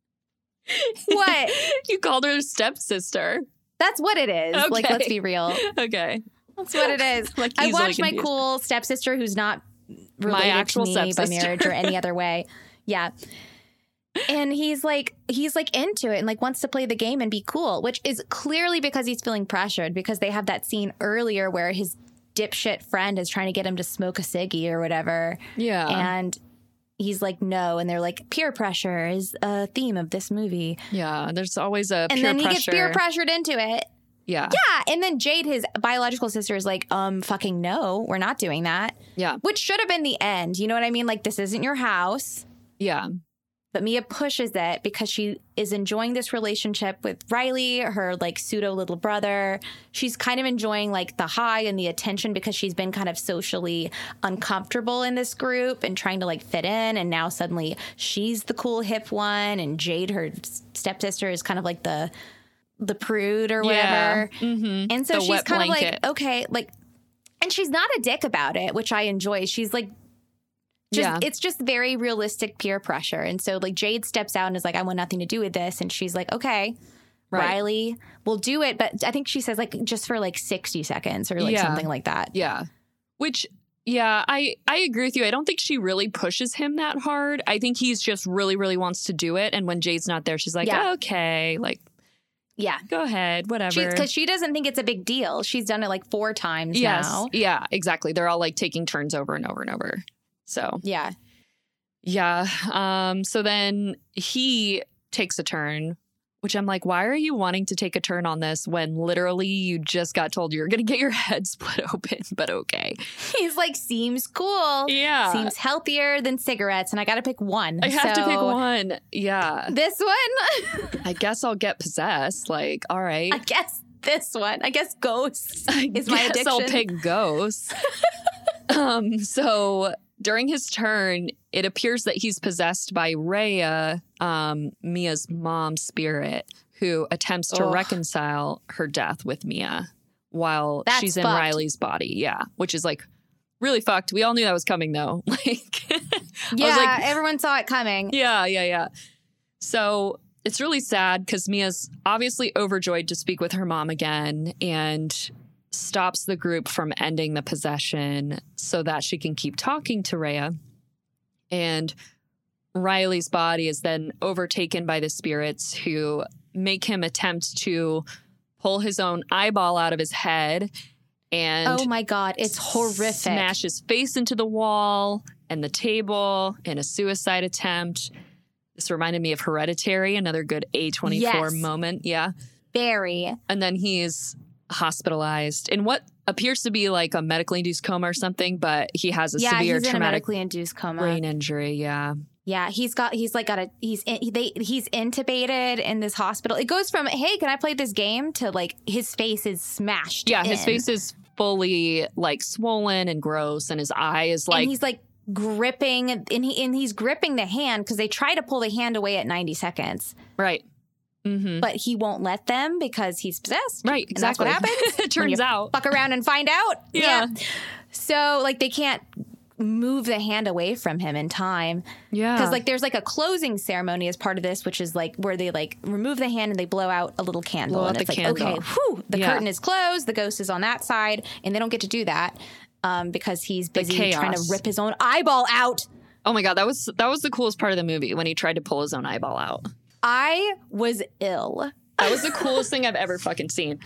What?
you called her stepsister.
That's what it is. Like,
Okay.
let's be real.
Okay.
That's what it is.
Like
I
easily
watched my
confused.
cool stepsister who's not related
actual
to me by
stepsister.
marriage or any other way. Yeah. And he's like he's like into it and like wants to play the game and be cool, which is clearly because he's feeling pressured because they have that scene earlier where his dipshit friend is trying to get him to smoke a ciggy or whatever
Yeah.
and he's like no and they're like peer pressure is a theme of this movie
yeah. There's always a
and
peer
then he
pressure.
gets peer pressured into it
Yeah.
yeah, and then Jade, his biological sister, is like, um, fucking no, we're not doing that.
Yeah.
Which should have been the end. You know what I mean? Like, this isn't your house.
Yeah.
But Mia pushes it because she is enjoying this relationship with Riley, her like pseudo little brother. She's kind of enjoying like the high and the attention because she's been kind of socially uncomfortable in this group and trying to like fit in. And now suddenly she's the cool hip one, and Jade, her s- stepsister, is kind of like the the prude or whatever.
hmm
And so
The
she's
wet
kind of like,
blanket.
okay, like, and she's not a dick about it, which I enjoy. She's like, just,
Yeah.
it's just very realistic peer pressure. And so, like, Jade steps out and is like, I want nothing to do with this. And she's like, okay,
Right.
Riley will do it. But I think she says, like, just for like 60 seconds or like
Yeah.
something like that.
Yeah. Which yeah, I I agree with you. I don't think she really pushes him that hard. I think he's just really really wants to do it and when Jade's not there, she's like,
Yeah.
"Okay, like
Yeah.
go ahead, whatever."
Because she doesn't think it's a big deal. She's done it like four times
yes.
now.
Yeah, exactly. They're all like taking turns over and over and over. So,
Yeah.
yeah. Um so then he takes a turn, which I'm like, "Why are you wanting to take a turn on this when literally you just got told you're going to get your head split open?" But okay.
He's like, seems cool.
Yeah.
Seems healthier than cigarettes. And I got to pick one.
I have to pick
So,
one. Yeah.
This one?
I guess I'll get possessed. Like, all right.
I guess this one. I guess ghosts
I
is my
guess
addiction.
I'll pick ghosts. um, so During his turn, it appears that he's possessed by Rhea, um, Mia's mom spirit, who attempts to
Ugh.
reconcile her death with Mia while
That's
she's in
fucked.
Riley's body. Yeah, which is like really fucked. We all knew that was coming though. Like,
Yeah,
like-
everyone saw it coming.
yeah, yeah, yeah. So it's really sad because Mia's obviously overjoyed to speak with her mom again and stops the group from ending the possession so that she can keep talking to Rhea. And Riley's body is then overtaken by the spirits who make him attempt to pull his own eyeball out of his head and
oh my god, it's horrific.
Smash his face into the wall and the table in a suicide attempt. This reminded me of Hereditary, another good A24
Yes.
moment. Yeah.
Very.
And then he's hospitalized in what appears to be like a medically induced coma or something, but he has a
yeah,
severe
he's in a
traumatic
medically induced coma.
brain injury. Yeah.
Yeah, he's got he's like got a he's in, they he's intubated in this hospital. It goes from hey, can I play this game to like his face is smashed.
Yeah. His
in.
face is fully like swollen and gross, and his eye is like
and he's like gripping and he and he's gripping the hand because they try to pull the hand away at 90 seconds,
right. Mm-hmm.
but he won't let them because he's possessed.
Right.
And that's
Exactly.
what happens.
it turns
you
out.
Fuck around and find out.
Yeah.
So like they can't move the hand away from him in time.
Yeah.
because like there's like a closing ceremony as part of this, which is like where they like remove the hand and they blow out a little candle,
Blow
and
out
it's
the
like okay,
candle.
whew, the
Yeah.
curtain is closed, the ghost is on that side, and they don't get to do that um, because he's busy trying to
chaos.
rip his own eyeball out.
Oh my god, that was that was the coolest part of the movie when he tried to pull his own eyeball out.
I was ill.
That was the coolest thing I've ever fucking seen.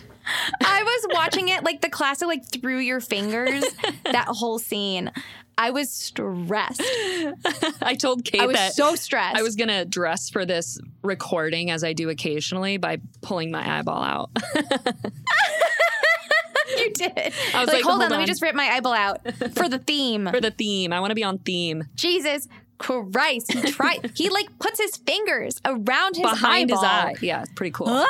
I was watching it like the classic, like through your fingers, that whole scene. I was stressed.
I told Kate
I was
that
so stressed.
I was gonna dress for this recording as I do occasionally by pulling my eyeball out.
you did. I like,
was like,
hold,
hold
on, let me
on.
just rip my eyeball out for the theme.
for the theme, I want to be on theme
Jesus Christ. He tried he like puts his fingers around his
behind his
eyeball.
eye. Yeah, it's pretty cool.
Ah!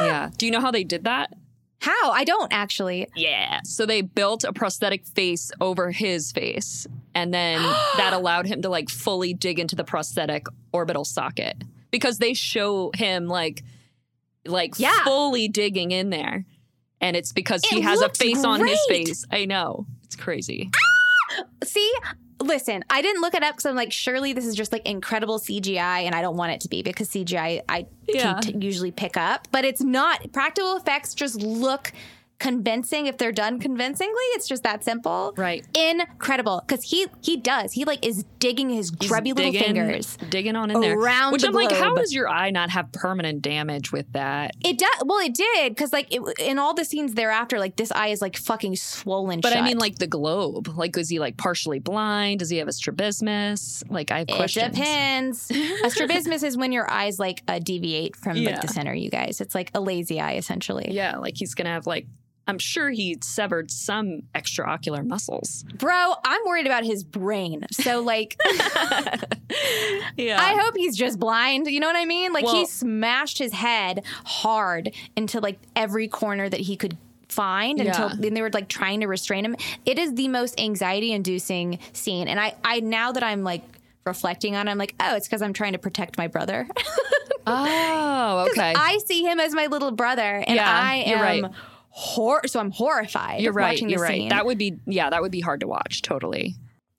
Yeah. Do you know how they did that?
How? I don't actually.
Yeah. So they built a prosthetic face over his face, and then that allowed him to like fully dig into the prosthetic orbital socket because they show him like like
Yeah.
fully digging in there, and it's because he
It
has a
looks
face on his
great.
face. I know it's crazy.
See, listen, I didn't look it up because I'm like, surely this is just like incredible CGI, and I don't want it to be because CGI I
Yeah.
can t- usually pick up, but it's not. Practical effects just look convincing if they're done convincingly. It's just that simple.
Right.
Incredible because he he does he like is digging his
He's
grubby little
digging-
fingers.
digging on in there
around
which
the
I'm like, how
globe.
does your eye not have permanent damage with that?
It does. Well, it did because like it, in all the scenes thereafter, like this eye is like fucking swollen.
But I
shut.
mean, like the globe. Like, is he like partially blind? Does he have a strabismus? Like, I have
it
questions.
depends. a strabismus is when your eyes like uh, deviate from like
Yeah.
the center. You guys, it's like a lazy eye essentially.
Yeah, like he's gonna have like I'm sure he severed some extraocular muscles.
Bro, I'm worried about his brain. So like,
Yeah.
I hope he's just blind. You know what I mean? Like he
Well-
smashed his head hard into like every corner that he could find until
Yeah.
then they were like trying to restrain him. It is the most anxiety inducing scene. And I, I now that I'm like reflecting on it, I'm like, oh, it's because I'm trying to protect my brother.
oh, okay.
I see him as my little brother and
Yeah,
I
you're
am
right.
hor so I'm horrified
you're right.
watching
You're
this
right.
scene.
That would be yeah, that would be hard to watch. Totally.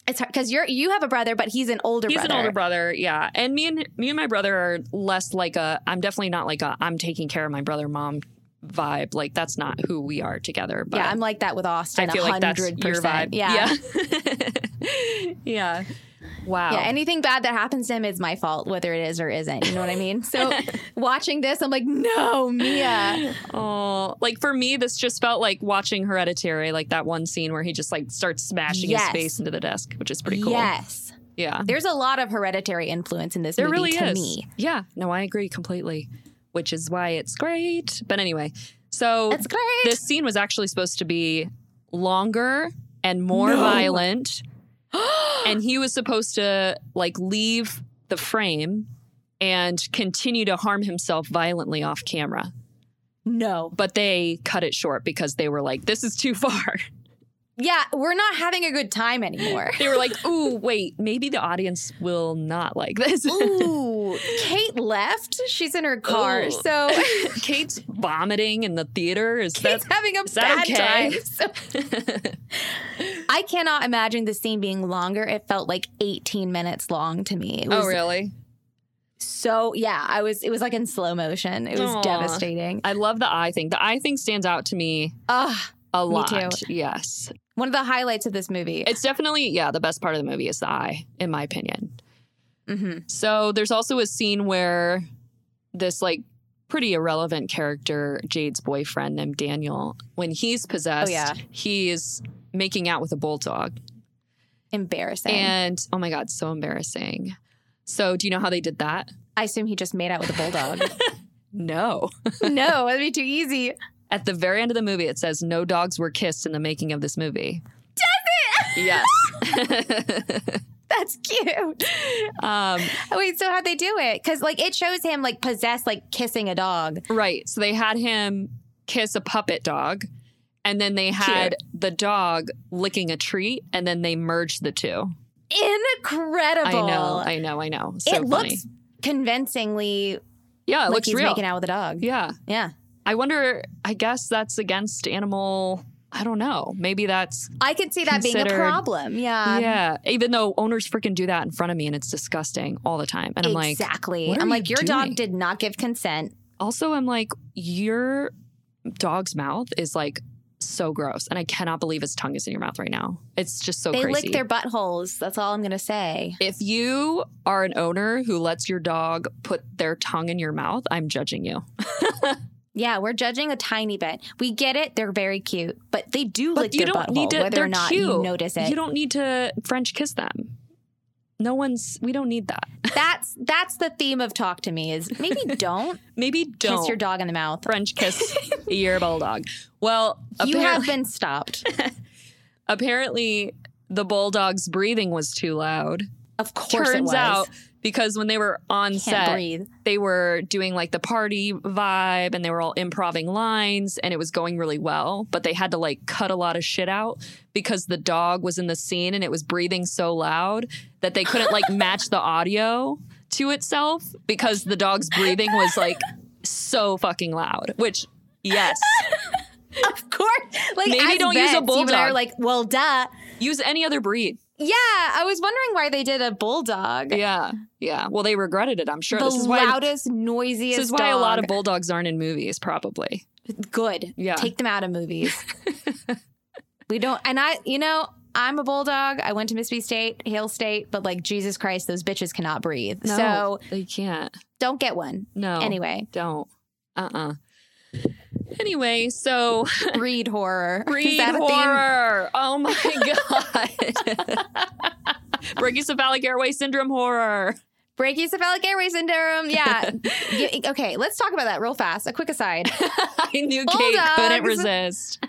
it's hard because you're you have a brother, but he's an older
He's
brother.
an older brother. Yeah, and me and me and my brother are less like a. I'm definitely not like a. I'm taking care of my brother, mom vibe. Like that's not who we are together. But
Yeah, I'm like that with Austin.
I feel like that's your
100%.
vibe.
yeah.
Yeah. yeah. Wow.
Yeah, anything bad that happens to him is my fault, whether it is or isn't. You know what I mean? So watching this, I'm like, no, Mia.
Oh, like for me, this just felt like watching Hereditary, like that one scene where he just like starts smashing
Yes.
his face into the desk, which is pretty cool.
Yes.
Yeah.
There's a lot of hereditary influence in this
There
movie
really
to
is.
me.
Yeah. No, I agree completely, which is why it's great. But anyway, so
That's great.
this scene was actually supposed to be longer and more
No.
violent. and he was supposed to like leave the frame and continue to harm himself violently off camera.
no.
but they cut it short because they were like, this is too far.
yeah, we're not having a good time anymore.
They were like, ooh, wait, maybe the audience will not like this.
Ooh, Kate left. She's in her car.
Ooh.
So
Kate's vomiting in the theater. Is
Kate's having a bad
that okay?
time. So
that
I cannot imagine the scene being longer. It felt like 18 minutes long to me. It was
Oh really?
so yeah, I was it was like in slow motion. It was
Aw.
devastating.
I love the eye thing. The eye thing stands out to me
Ugh.
a
Me
lot.
too.
Yes.
One of the highlights of this movie.
It's definitely, yeah, the best part of the movie is the eye, in my opinion.
hmm
So there's also a scene where this like pretty irrelevant character, Jade's boyfriend named Daniel, when he's possessed,
Oh, yeah.
he's making out with a bulldog.
Embarrassing.
And oh my God, so embarrassing. So do you know how they did that?
I assume he just made out with a bulldog.
No.
no, that'd be too easy.
At the very end of the movie, it says no dogs were kissed in the making of this movie. Does it? Yes.
That's cute.
um,
Wait, so how'd they do it? Because like it shows him like possessed, like kissing a dog.
Right. So they had him kiss a puppet dog, and then they had the dog licking a treat, and then they merged the two.
Incredible.
I know, I know, I know. So
it
funny.
looks convincingly
yeah, it
like
looks
he's
real.
making out with a dog.
Yeah.
Yeah.
I wonder. I guess that's against animal. I don't know. Maybe that's
I could see that being a
Considered-
problem. Yeah.
yeah. Even though owners freaking do that in front of me, and it's disgusting all the time. And I'm like,
exactly.
what are
I'm
you
like, your
doing?"
dog did not give consent.
also, I'm like, your dog's mouth is like so gross, and I cannot believe his tongue is in your mouth right now. It's just so
they
crazy.
lick their buttholes. That's all I'm gonna say.
If you are an owner who lets your dog put their tongue in your mouth, I'm judging you.
Yeah, we're judging a tiny bit. We get it. They're very cute, but they do lick
But
their
you don't
butthole,
need to.
whether
they're
or not
cute.
you notice it.
You don't need to French kiss them. No one's. We don't need that.
that's that's the theme of talk to me. Is maybe don't,
Maybe don't
kiss your dog in the mouth.
French kiss your bulldog. Well,
You have
apparently,
been stopped.
apparently the bulldog's breathing was too loud.
Of course,
Turns
it was.
out because when they were on
can't
set,
breathe.
they were doing like the party vibe and they were all improving lines and it was going really well, but they had to like cut a lot of shit out because the dog was in the scene and it was breathing so loud that they couldn't like match the audio to itself because the dog's breathing was like so fucking loud, which yes,
Of course, like
Maybe
as
don't use
vets, you and I
a bulldog.
are Like, well, duh.
use any other breed.
Yeah, I was wondering why they did a bulldog.
Yeah. Yeah. Well, they regretted it, I'm sure.
the
this is why
loudest, noisiest.
this is why a lot of
dog.
bulldogs aren't in movies probably.
good.
Yeah.
take them out of movies. we don't. And I, you know, I'm a bulldog. I went to Mississippi State, Hale State, but like Jesus Christ, those bitches cannot breathe. So
they can't.
don't get one.
No.
Anyway,
don't. Uh uh Anyway, so
breed horror. Is
read
that a theme?
horror. Oh my god. Brachycephalic airway syndrome horror.
Brachycephalic airway syndrome. Yeah. You- okay, let's talk about that real fast. A quick aside.
I knew Kate couldn't
Bulldogs.
resist.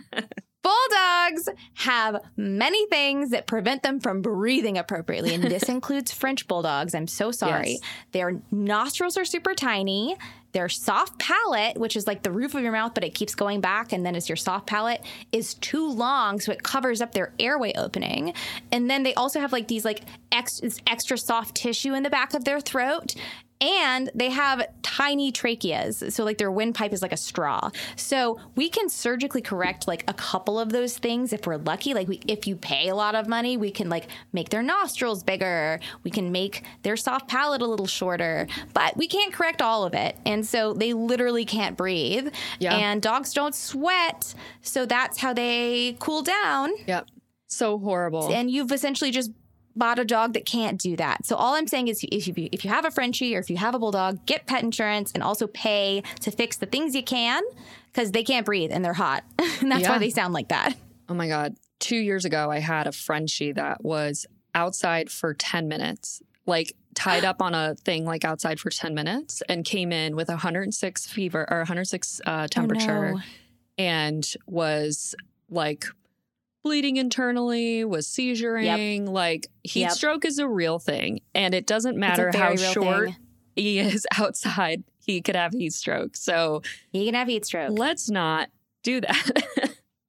Bulldogs have many things that prevent them from breathing appropriately, and this includes French bulldogs. I'm so sorry.
Yes.
Their nostrils are super tiny. Their soft palate, which is like the roof of your mouth, but it keeps going back, and then it's your soft palate, is too long, so it covers up their airway opening. And then they also have like these like ex- this extra soft tissue in the back of their throat. And they have tiny tracheas. So, like, their windpipe is like a straw. So, we can surgically correct like a couple of those things if we're lucky. Like, we, if you pay a lot of money, we can like make their nostrils bigger. We can make their soft palate a little shorter, but we can't correct all of it. And so, they literally can't breathe.
Yeah.
And dogs don't sweat. So, that's how they cool down
Yep. So horrible.
and you've essentially just bought a dog that can't do that. So all I'm saying is if you if you have a Frenchie or if you have a bulldog, get pet insurance and also pay to fix the things you can because they can't breathe and they're hot. and that's
Yeah.
why they sound like that.
Oh my God. Two years ago, I had a Frenchie that was outside for 10 minutes, like tied up on a thing, like outside for 10 minutes, and came in with 106 fever or 106 uh, temperature
Oh, no.
and was like bleeding internally, was seizuring. Like heat
Yep.
stroke is a real thing. And it doesn't matter
very
how
real
short
thing.
he is outside, he could have heat stroke. So
You can have heat stroke.
let's not do that.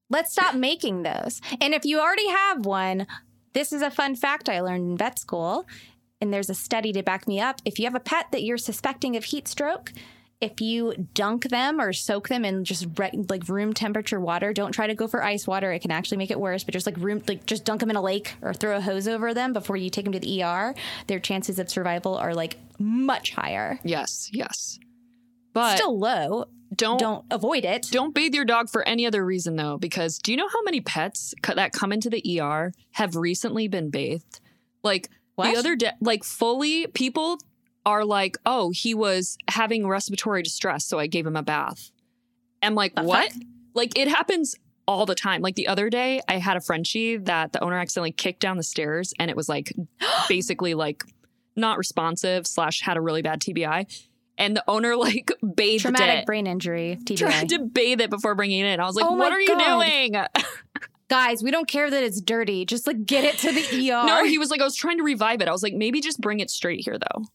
Let's stop making those. And if you already have one, this is a fun fact I learned in vet school. And there's a study to back me up. If you have a pet that you're suspecting of heat stroke, if you dunk them or soak them in just re- like room temperature water, don't try to go for ice water. It can actually make it worse. But just like room, like just dunk them in a lake or throw a hose over them before you take them to the ER. Their chances of survival are like much higher.
Yes, yes. But
Still low.
don't don't
Don't avoid it.
don't bathe your dog for any other reason though, because do you know how many pets co- that come into the ER have recently been bathed? Like
What?
the other day, like fully people are like, oh, he was having respiratory distress, so I gave him a bath. I'm like,
The
what?
fuck?
Like it happens all the time. Like the other day, I had a Frenchie that the owner accidentally kicked down the stairs, and it was like basically like not responsive slash had a really bad TBI, and the owner like bathed
Traumatic
it
brain injury. TBI.
tried to bathe it before bringing it in. I was like,
Oh my
"What are
God. Uh-huh.
you doing?"
Guys, we don't care that it's dirty. Just like get it to the ER.
No, he was like, "I was trying to revive it." I was like, "Maybe just bring it straight here, though."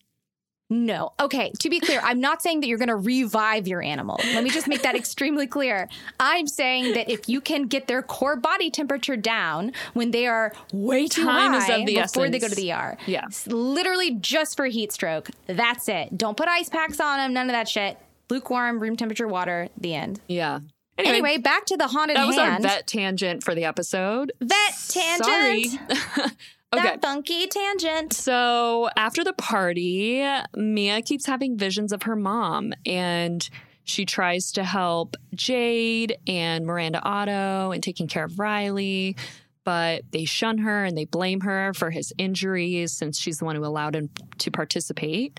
No. Okay, to be clear, I'm not saying that you're going to revive your animal. Let me just make that extremely clear. I'm saying that if you can get their core body temperature down when they are way too
Time is
high
of the
before they go to
essence.
the ER.
Yeah.
s- Literally just for heat stroke. That's it. Don't put ice packs on them, none of that shit. Lukewarm room temperature water, the end.
Yeah. Anyway,
Anyway, back to the haunted
that was
hand.
our vet tangent for the episode.
Vet tangent.
Sorry. okay.
That funky tangent.
So after the party, Mia keeps having visions of her mom and she tries to help Jade and Miranda Otto and taking care of Riley, but they shun her and they blame her for his injuries since she's the one who allowed him to participate.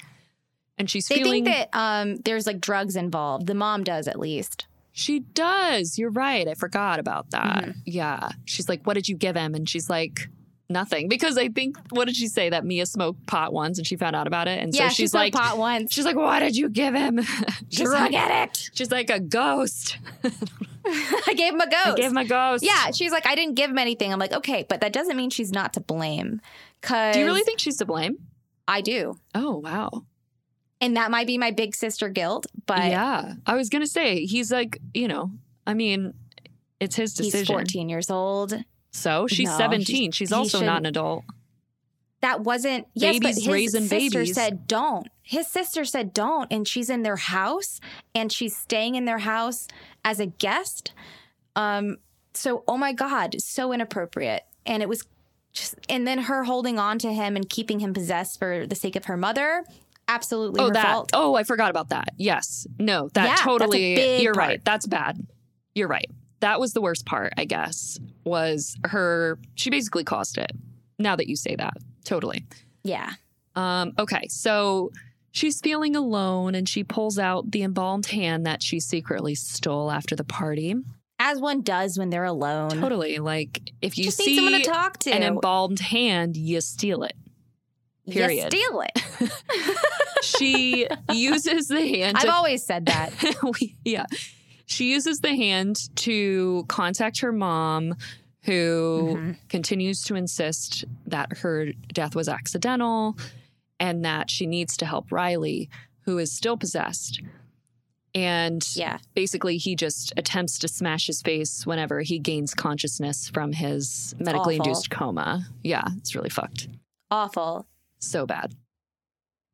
And she's
They
feeling
think that um, there's like drugs involved. The mom does at least.
she does. You're right. I forgot about that.
Mm-hmm.
Yeah. She's like, What did you give him? And she's like, Nothing. Because I think, what did she say? That Mia smoked pot once and she found out about it. And
yeah,
so
she
she's
smoked
like,
pot once.
She's like, "What did you give him?" she's
drug
like,
addict.
She's like a ghost.
I gave him a ghost.
I gave him a ghost.
yeah, she's like, I didn't give him anything. I'm like, okay, but that doesn't mean she's not to blame. Cause
Do you really think she's to blame?
I do.
Oh wow.
And that might be my big sister guilt, but
yeah. I was gonna say he's like you know. I mean, it's his
he's
decision.
14 years old.
So she's
No,
seventeen.
he's-
She's
he
also not
shouldn't-
an adult.
That wasn't yes, but
Babies
his
raising
sister
babies.
said don't. His sister said don't, and she's in their house and she's staying in their house as a guest. Um, so oh my god, so inappropriate. And it was just and then her holding on to him and keeping him possessed for the sake of her mother. Absolutely
Oh
her
that.
fault.
Oh, I forgot about that. Yes. No. That
Yeah, that's a
totally.
big
you're
part.
right. That's bad. You're right. That was the worst part. I guess was her. She basically caused it. Now that you say that, totally.
Yeah.
Um, okay, so she's feeling alone and she pulls out the embalmed hand that she secretly stole after the party.
As one does when they're alone.
Totally. Like if you
Just
see
need someone to talk to.
an embalmed hand, you steal it.
You
period.
steal it.
She uses the hand
I've
to
always said that.
we, yeah. She uses the hand to contact her mom, who
Mm-hmm.
continues to insist that her death was accidental and that she needs to help Riley, who is still possessed. And
Yeah.
basically, he just attempts to smash his face whenever he gains consciousness from his medically
awful.
induced coma. Yeah, it's really fucked
Awful.
so bad.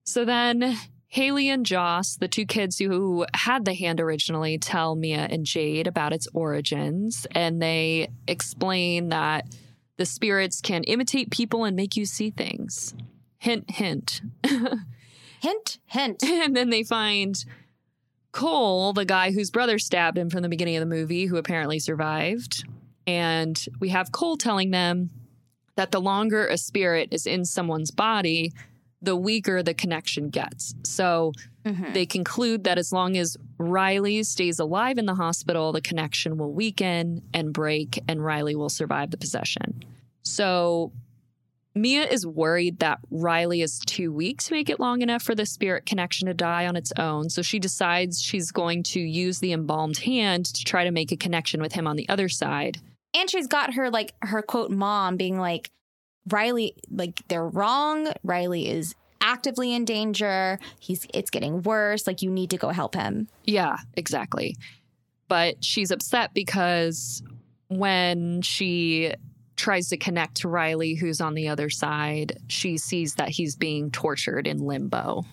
So then Haley and Joss, the two kids who had the hand originally, tell Mia and Jade about its origins. And they explain that the spirits can imitate people and make you see things. Hint, hint.
Hint, hint.
and then they find Cole, the guy whose brother stabbed him from the beginning of the movie, who apparently survived. And we have Cole telling them that the longer a spirit is in someone's body, the weaker the connection gets. So
Mhm.
they conclude that as long as Riley stays alive in the hospital, the connection will weaken and break, and Riley will survive the possession. So Mia is worried that Riley is too weak to make it long enough for the spirit connection to die on its own. So she decides she's going to use the embalmed hand to try to make a connection with him on the other side.
And she's got her, like, her quote mom being like, Riley, like, they're wrong. Riley is actively in danger. He's, it's getting worse. Like, you need to go help him.
Yeah, exactly. But she's upset because when she tries to connect to Riley, who's on the other side, she sees that he's being tortured in limbo.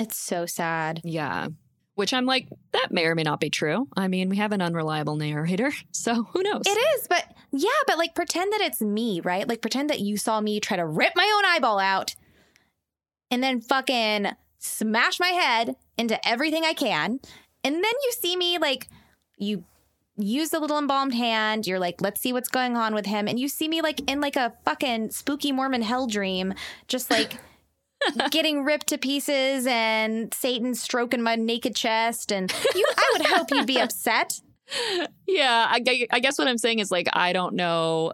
It's so sad.
Yeah. Which I'm like, that may or may not be true. I mean, we have an unreliable narrator, so who knows?
It is, but yeah, but like pretend that it's me, right? Like pretend that you saw me try to rip my own eyeball out and then fucking smash my head into everything I can. And then you see me like you use the little embalmed hand, you're like, let's see what's going on with him. And you see me like in like a fucking spooky Mormon hell dream, just like getting ripped to pieces and Satan stroking my naked chest. And you I would hope you'd be upset.
yeah, I, gu- I guess what I'm saying is like, I don't know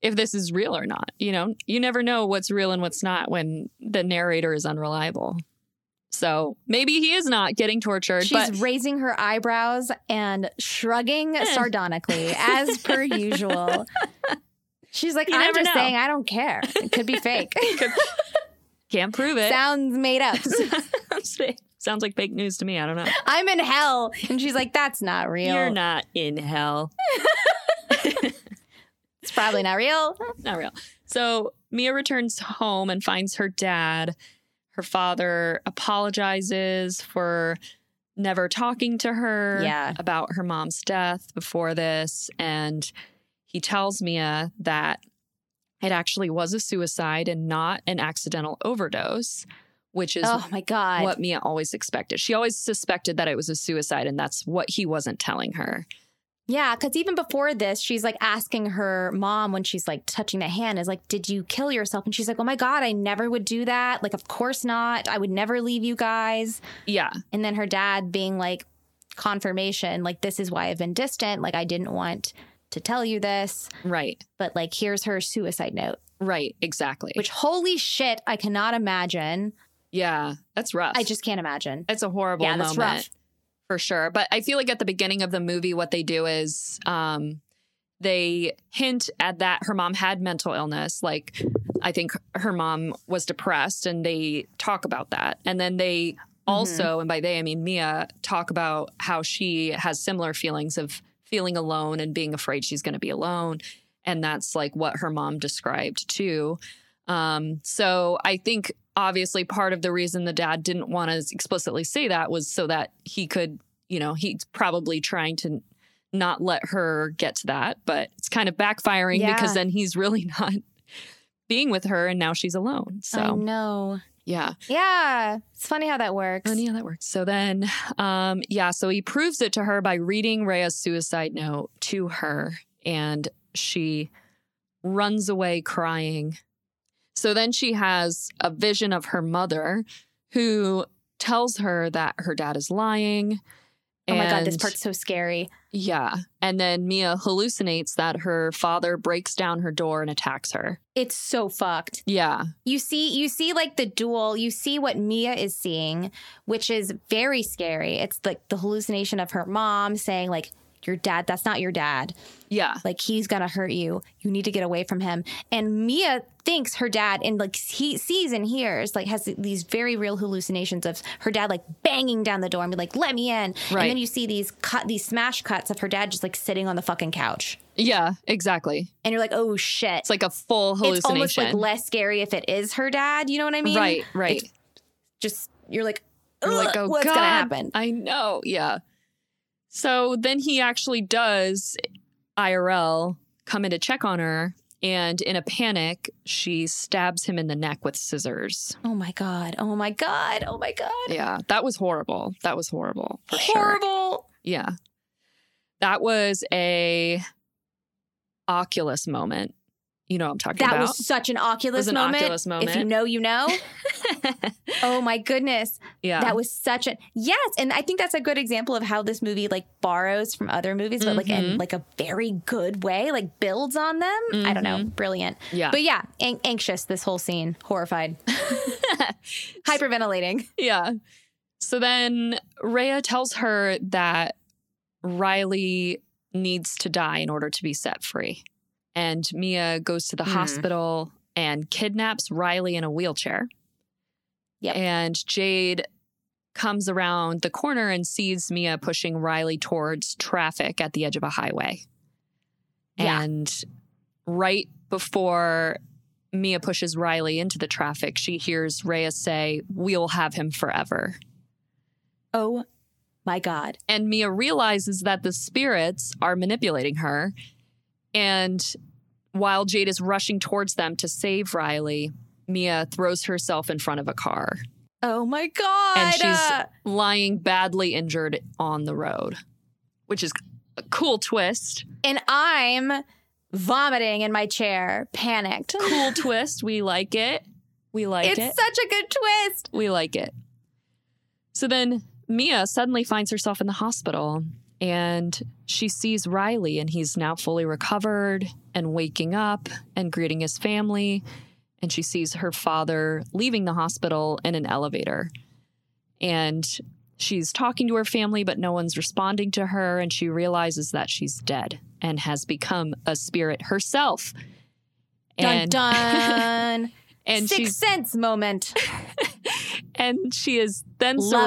if this is real or not. You know, you never know what's real and what's not when the narrator is unreliable. So maybe he is not getting tortured,
She's
but Eh.
raising her eyebrows and shrugging sardonically, as per usual. She's like,
You
I'm
never
just
know."
saying, I don't care. It could be fake.
can't prove it.
Sounds made up.
Sounds fake. Sounds like fake news to me. I don't know.
I'm in hell. And she's like, that's not real.
You're not in hell.
It's probably not real.
not real. So Mia returns home and finds her dad. Her father apologizes for never talking to her
Yeah.
about her mom's death before this. And he tells Mia that it actually was a suicide and not an accidental overdose, which is
Oh my God.
what Mia always expected. She always suspected that it was a suicide, and that's what he wasn't telling her.
Yeah, because even before this, she's like asking her mom when she's like touching the hand, is like, Did you kill yourself? And she's like, Oh my God, I never would do that. Like, of course not. I would never leave you guys.
Yeah.
And then her dad being like, confirmation, like, this is why I've been distant. Like, I didn't want to tell you this,
Right.
but like, here's her suicide note,
Right. Exactly.
which holy shit, I cannot imagine.
yeah. That's rough.
I just can't imagine.
It's a horrible
Yeah, that's
moment
rough.
for sure. But I feel like at the beginning of the movie, what they do is um, they hint at that her mom had mental illness. Like, I think her mom was depressed, and they talk about that. And then they also, and by they, I mean Mia, talk about how she has similar feelings of feeling alone and being afraid she's going to be alone. And that's like what her mom described too. Um, so I think obviously part of the reason the dad didn't want to explicitly say that was so that he could, you know, he's probably trying to not let her get to that, but it's kind of backfiring
Yeah.
because then he's really not being with her and now she's alone.
I
So
know.
yeah.
Yeah. It's funny how that works.
And Oh, yeah, that works. So then um yeah, so he proves it to her by reading Rhea's suicide note to her and she runs away crying. So then she has a vision of her mother who tells her that her dad is lying.
oh my God, this
and-
part's so scary.
Yeah. And then Mia hallucinates that her father breaks down her door and attacks her.
It's so fucked.
Yeah.
You see, you see, like the dual. You see what Mia is seeing, which is very scary. It's like the hallucination of her mom saying, "Like your dad, that's not your dad.
Yeah.
Like he's gonna hurt you. You need to get away from him." And Mia thinks her dad, and like he sees and hears, like has these very real hallucinations of her dad like banging down the door and be like, "Let me in."
Right.
And then you see these cut, these smash cuts of her dad just like sitting on the fucking couch,
Yeah, exactly.
and you're like, "Oh shit."
It's like a full
it's
hallucination.
almost like less scary if it is her dad. You know what I mean?
right, right.
just you're like,
You're like,
"Ugh,
oh,
what's
God,
gonna happen?
I know. Yeah. So then he actually does IRL come in to check on her. And in a panic, she stabs him in the neck with scissors.
Oh my god! Oh my god! Oh my god!
Yeah, that was horrible. That was horrible. For sure.
Horrible!
Yeah. That was a Oculus moment. You know what I'm talking
That
about.
was such an Oculus
was an
moment.
Oculus
If you
moment.
know, you know. oh my goodness,
yeah.
that was such a yes, and I think that's a good example of how this movie like borrows from other movies, but like in
Mhm.
like a very good way, like builds on them. I don't know, brilliant.
Mm-hmm. yeah.
But yeah, an- anxious this whole scene, horrified, hyperventilating.
Yeah. So then Rhea tells her that Riley needs to die in order to be set free. And Mia goes to the
Hmm.
hospital and kidnaps Riley in a wheelchair.
Yep.
And Jade comes around the corner and sees Mia pushing Riley towards traffic at the edge of a highway.
Yeah.
And right before Mia pushes Riley into the traffic, she hears Reyes say, We'll have him forever.
Oh my God.
And Mia realizes that the spirits are manipulating her. And while Jade is rushing towards them to save Riley, Mia throws herself in front of a car,
Oh my God.
And she's-
Uh,
lying badly injured on the road, which is a cool twist.
and I'm vomiting in my chair, panicked.
Cool twist. We like it. We like
it's
it.
such a good twist.
We like it. So then Mia suddenly finds herself in the hospital and she sees Riley, and he's now fully recovered and waking up and greeting his family. And she sees her father leaving the hospital in an elevator. And she's talking to her family, but no one's responding to her. And she realizes that she's dead and has become a spirit herself.
Dun dun.
and
Sixth
she's
sense moment.
and she is then
Love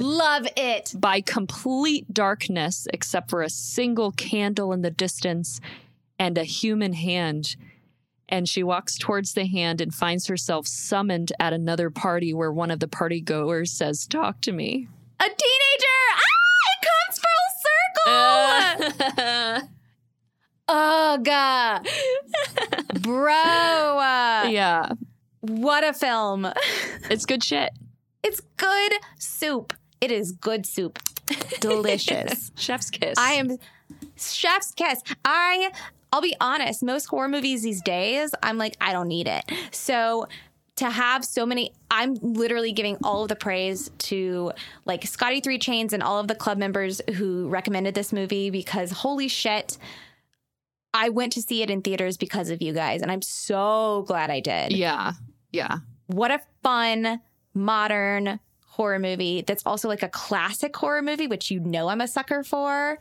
it. Love it.
by complete darkness except for a single candle in the distance and a human hand. And she walks towards the hand and finds herself summoned at another party where one of the party goers says, Talk to me.
A teenager. Ah, it comes full circle. Ugh. uh, Bro. uh,
yeah,
What a film.
it's good shit.
It's good soup. It is good soup. Delicious.
Chef's kiss.
I am chef's kiss. I I'll be honest, most horror movies these days, I'm like I don't need it. So to have so many I'm literally giving all of the praise to like Scotty 3 Chains and all of the club members who recommended this movie because holy shit I went to see it in theaters because of you guys and I'm so glad I did
Yeah, yeah.
what a fun modern horror movie that's also like a classic horror movie which you know i'm a sucker for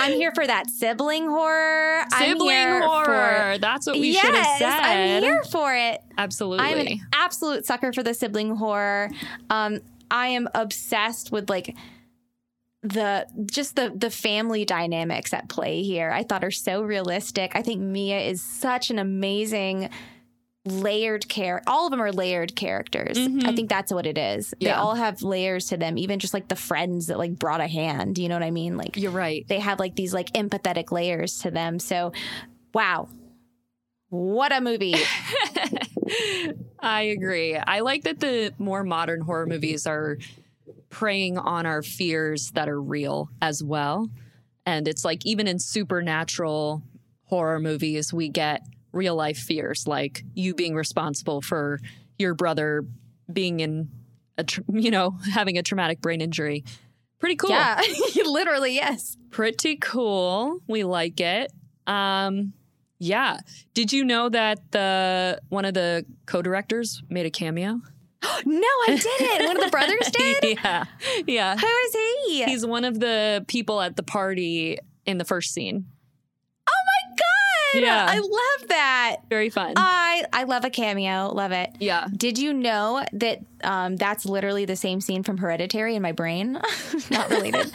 i'm here for that sibling horror I'm
Sibling
here
horror. That's
for,
what we
yes
should have said.
i'm here for it
Absolutely.
i'm an absolute sucker for the sibling horror um i am obsessed with like the just the the family dynamics at play here i thought are so realistic i think mia is such an amazing layered care all of them are layered characters
Mhm.
i think that's what it is they
Yeah.
all have layers to them even just like the friends that like brought a hand you know what i mean like
You're right.
they have like these like empathetic layers to them so wow what a movie
I agree. I like that the more modern horror movies are preying on our fears that are real as well. And it's like even in supernatural horror movies, we get real life fears like you being responsible for your brother being in a, tr- you know, having a traumatic brain injury. Pretty cool
yeah literally yes
pretty cool. We like it. Um, yeah. Did you know that the one of the co-directors made a cameo?
no i didn't one of the brothers did
yeah, yeah.
who is he
He's one of the people at the party in the first scene.
Oh god
Yeah.
i love that
Very fun.
i i love a cameo love it
yeah.
Did you know that um, that's literally the same scene from Hereditary in my brain? Not related.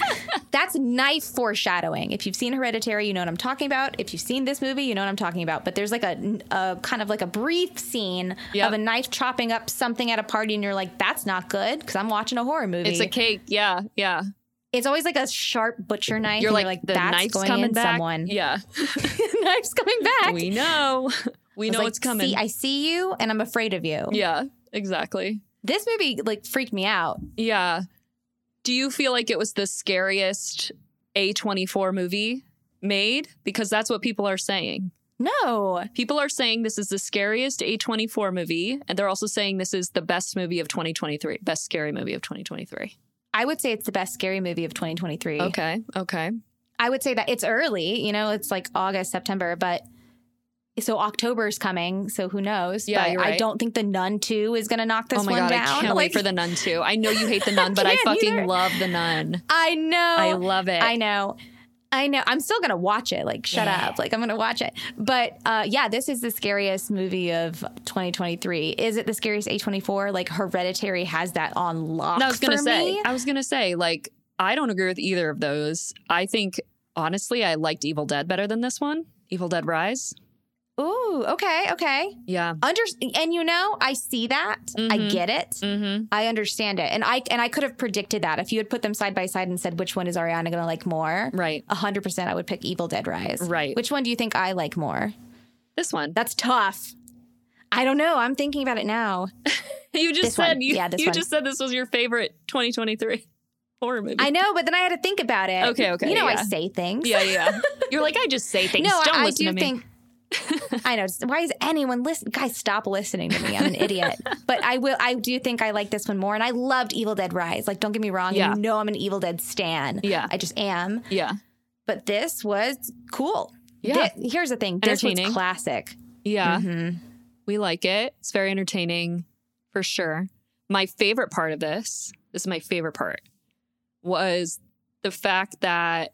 that's knife foreshadowing. If you've seen Hereditary, you know what I'm talking about. If you've seen this movie, you know what I'm talking about. But there's like a, a kind of like a brief scene
Yep.
of a knife chopping up something at a party, and you're like, that's not good because I'm watching a horror movie.
It's a cake. Yeah, yeah.
It's always like a sharp butcher knife.
You're
and
like, the
that's
knife's
going
coming
in
back.
someone.
Yeah,
knife's coming back.
we know. We
I was
know
like,
it's coming.
See, I see you, and I'm afraid of you.
yeah, exactly.
This movie like freaked me out.
Yeah. Do you feel like it was the scariest A24 movie made? Because that's what people are saying.
No,
People are saying this is the scariest A24 movie, and they're also saying this is the best movie of 2023, best scary movie of 2023.
I would say it's the best scary movie of 2023.
Okay. Okay.
I would say that it's early, you know, it's like August, September, but so October's coming, so who knows?
Yeah,
but
you're
I
right.
don't think the Nun 2 is going to knock this
oh my
one
God.
down.
I can't
Like,
wait for the nun too. I know you hate the nun, but I,
can't
fucking
either.
love the nun.
I know.
I love it.
I know. I know. I'm still gonna watch it. Like, shut
Yeah.
up. Like, I'm gonna watch it. But uh, yeah, this is the scariest movie of 2023. Is it the scariest A24? Like, Hereditary has that on lock.
I was gonna
for
say.
me.
I was gonna say. Like, I don't agree with either of those. I think honestly, I liked Evil Dead better than this one. Evil Dead Rise.
Ooh, okay, okay.
Yeah.
Under and you know, I see that. I
Mhm.
get it.
Mm-hmm.
I understand it. And I and I could have predicted that. If you had put them side by side and said which one is Ariana going to like more,
Right.
100% I would pick Evil Dead Rise.
Right.
Which one do you think I like more?
This one.
That's tough. I don't know. I'm thinking about it now.
you just
this
said
one.
you,
Yeah, this
you
one.
just said this was your favorite 2023 horror movie.
I know, but then I had to think about it.
Okay, okay,
You know, I
yeah.
say things.
Yeah, yeah. You're like I just say things.
No,
Don't
I, I
listen
do
to me.
think. I know. just- Why is anyone listening? Guys, stop listening to me. I'm an idiot. But I will. I do think I like this one more, and I loved Evil Dead Rise. Like, don't get me wrong. and
Yeah.
You know, I'm an Evil Dead stan.
Yeah.
I just am.
yeah.
But this was cool.
Yeah.
Thi- here's the thing. This was
Entertaining.
classic.
Yeah.
Mhm.
We like it. It's very entertaining for sure. My favorite part of this, this is my favorite part, was the fact that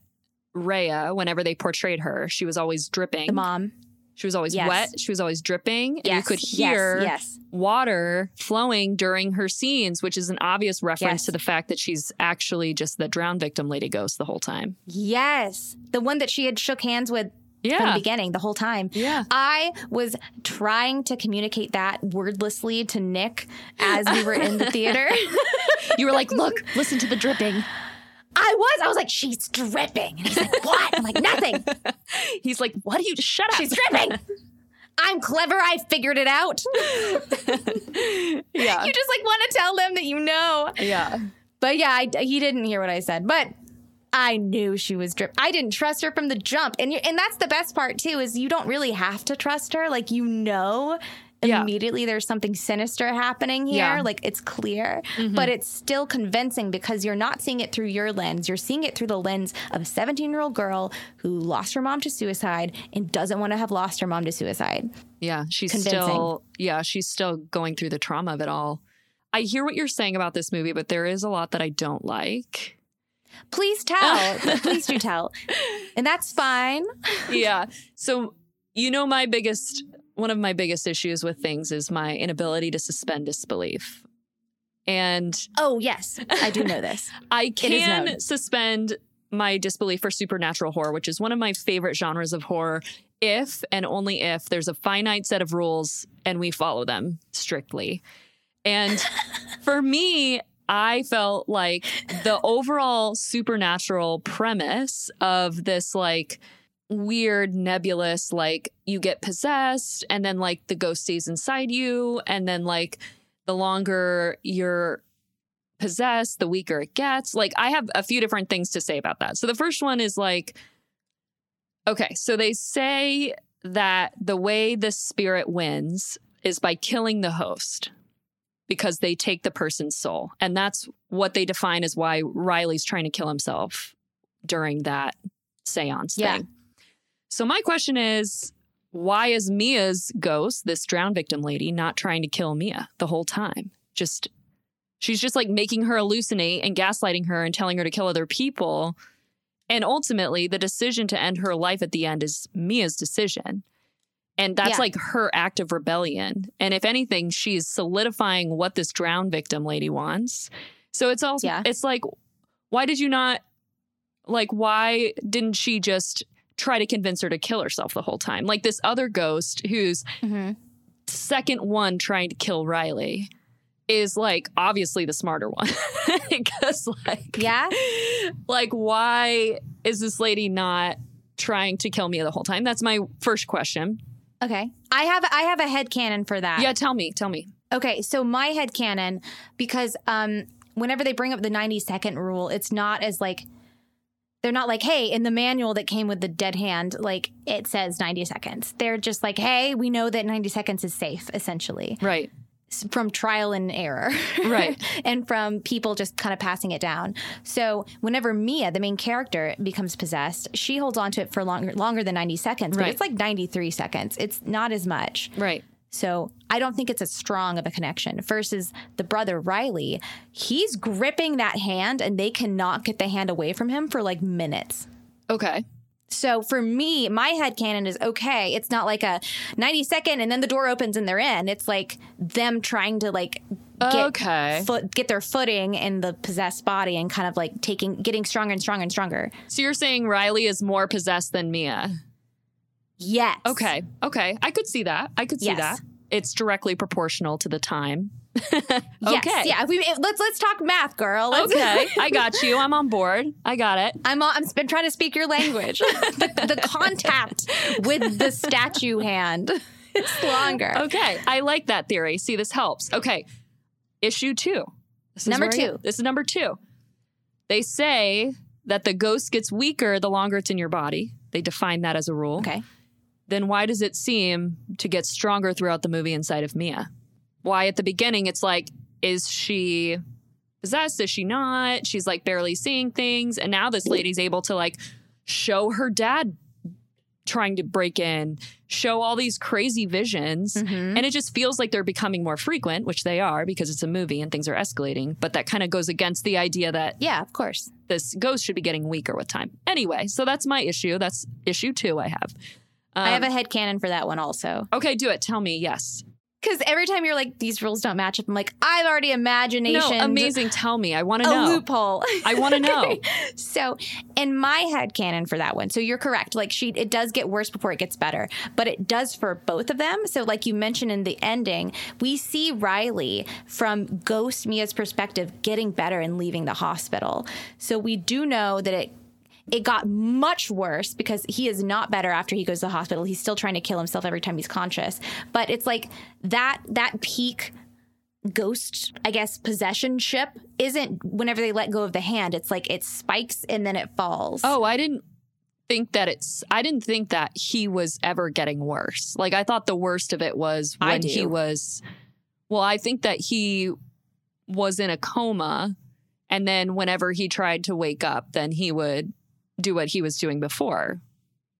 Rhea, whenever they portrayed her, she was always dripping.
The mom.
She was always
Yes.
wet. She was always dripping. And you
Yes,
could
yes,
hear
yes.
water flowing during her scenes, which is an obvious reference
Yes.
to the fact that she's actually just the drowned victim lady ghost the whole time.
Yes. The one that she had shook hands with from the
Yeah.
beginning, the whole time.
Yeah.
I was trying to communicate that wordlessly to Nick as we were in the theater.
You were like, look, listen to the dripping.
I was. I was like, she's dripping. And he's like, what? I'm like, nothing.
He's like, what do you shut up?
She's dripping. I'm clever. I figured it out.
yeah.
You just like want to tell them that you know.
Yeah.
But yeah, I, he didn't hear what I said. But I knew she was drip. I didn't trust her from the jump, and you, and that's the best part too is you don't really have to trust her. Like you know.
Yeah.
Immediately, there's something sinister happening here.
Yeah.
Like it's clear, but it's still convincing because you're not seeing it through your lens. You're seeing it through the lens of a 17 year old girl who lost her mom to suicide and doesn't want to have lost her mom to suicide.
Yeah, she's
convincing.
still yeah, she's still going through the trauma of it all. I hear what you're saying about this movie, but there is a lot that I don't like.
Please tell. Please do tell. And that's fine.
yeah. So, you know my biggest one of my biggest issues with things is my inability to suspend disbelief. And
Oh, yes. I do know this.
I
is
can
known.
suspend my disbelief for supernatural horror, which is one of my favorite genres of horror, if and only if there's a finite set of rules and we follow them strictly. And for me, I felt like the overall supernatural premise of this, like, weird nebulous like you get possessed and then like the ghost stays inside you and then like the longer you're possessed the weaker it gets like i have a few different things to say about that so the first one is like okay so they say that the way the spirit wins is by killing the host because they take the person's soul and that's what they define as why riley's trying to kill himself during that seance
Yeah.
thing so my question is why is Mia's ghost, this drowned victim lady, not trying to kill Mia the whole time? Just she's just like making her hallucinate and gaslighting her and telling her to kill other people. And ultimately, the decision to end her life at the end is Mia's decision. And that's
Yeah.
like her act of rebellion. And if anything, she's solidifying what this drowned victim lady wants. So it's also
Yeah.
it's like why did you not like why didn't she just try to convince her to kill herself the whole time? Like this other ghost who's second one trying to kill Riley is like obviously the smarter one. Cuz like
Yeah.
like why is this lady not trying to kill me the whole time? That's my first question.
Okay. I have I have a head cannon for that.
Yeah, tell me, tell me.
Okay, so my head cannon because um whenever they bring up the 90 second rule, it's not as like they're not like, "Hey, in the manual that came with the dead hand, like it says 90 seconds." They're just like, "Hey, we know that 90 seconds is safe essentially
Right.
s- from trial and error."
Right.
and from people just kind of passing it down. So whenever Mia, the main character, becomes possessed, she holds on to it for longer longer than 90 seconds, but
Right.
it's like 93 seconds. It's not as much.
Right.
So I don't think it's as strong of a connection versus the brother Riley. He's gripping that hand and they cannot get the hand away from him for like minutes.
Okay.
So for me, my head canon is okay. It's not like a 90 second and then the door opens and they're in. It's like them trying to like get
Okay.
foot get their footing in the possessed body and kind of like taking getting stronger and stronger and stronger.
So you're saying Riley is more possessed than Mia?
Yes.
Okay. Okay. I could see that. I could see
Yes.
that. It's directly proportional to the time.
Yes.
Okay.
Yeah. We, let's let's talk math, girl. Let's,
Okay. I got you. I'm on board. I got it.
I'm all, I'm sp- trying to speak your language. the, the contact with the statue hand is longer.
Okay. I like that theory. See, this helps. Okay. Issue two. This is
Number
where I am.
two.
This is number two. They say that the ghost gets weaker the longer it's in your body. They define that as a rule.
Okay.
Then why does it seem to get stronger throughout the movie inside of Mia? Why at the beginning it's like, is she possessed? Is she not? She's like barely seeing things. And now this lady's able to like show her dad trying to break in, show all these crazy visions.
Mhm.
And it just feels like they're becoming more frequent, which they are because it's a movie and things are escalating. But that kind of goes against the idea that
Yeah. Of course.
this ghost should be getting weaker with time. Anyway, so that's my issue. That's issue two I have. Um,
I have a head cannon for that one also.
Okay, do it. Tell me. Yes.
Because every time you're like, these rules don't match up, I'm like, I've already imagination.
No, amazing. Tell me. I want
A
to know.
loophole.
I want to know.
so, in my head canon for that one, so you're correct. Like she, it does get worse before it gets better, but it does for both of them. So, like you mentioned in the ending, we see Riley from Ghost Mia's perspective getting better and leaving the hospital. So we do know that it. It got much worse because he is not better after he goes to the hospital. He's still trying to kill himself every time he's conscious. But it's like that that peak ghost, I guess, possession ship isn't whenever they let go of the hand, it's like it spikes and then it falls.
Oh, I didn't think that it's. I didn't think that he was ever getting worse. Like I thought the worst of it was
I
when
do.
he was. Well, I think that he was in a coma, and then whenever he tried to wake up, then he would do what he was doing before,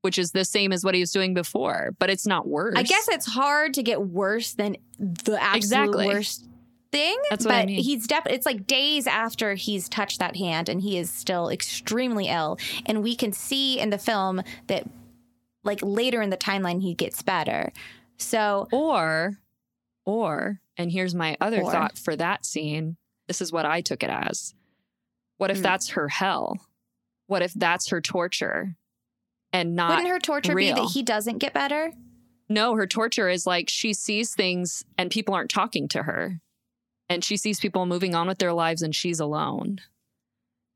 which is the same as what he was doing before, but it's not worse.
I guess it's hard to get worse than the absolute
Exactly.
worst thing.
That's
but
what I mean.
he's def- it's like days after he's touched that hand and he is still extremely ill. And we can see in the film that like later in the timeline he gets better. So
Or, or, and here's my other
Or.
thought for that scene. This is what I took it as. What if
Hmm.
that's her hell? What if that's her torture? And not
wouldn't her torture be
real.
that he doesn't get better?
no, her torture is like she sees things and people aren't talking to her. And she sees people moving on with their lives and she's alone.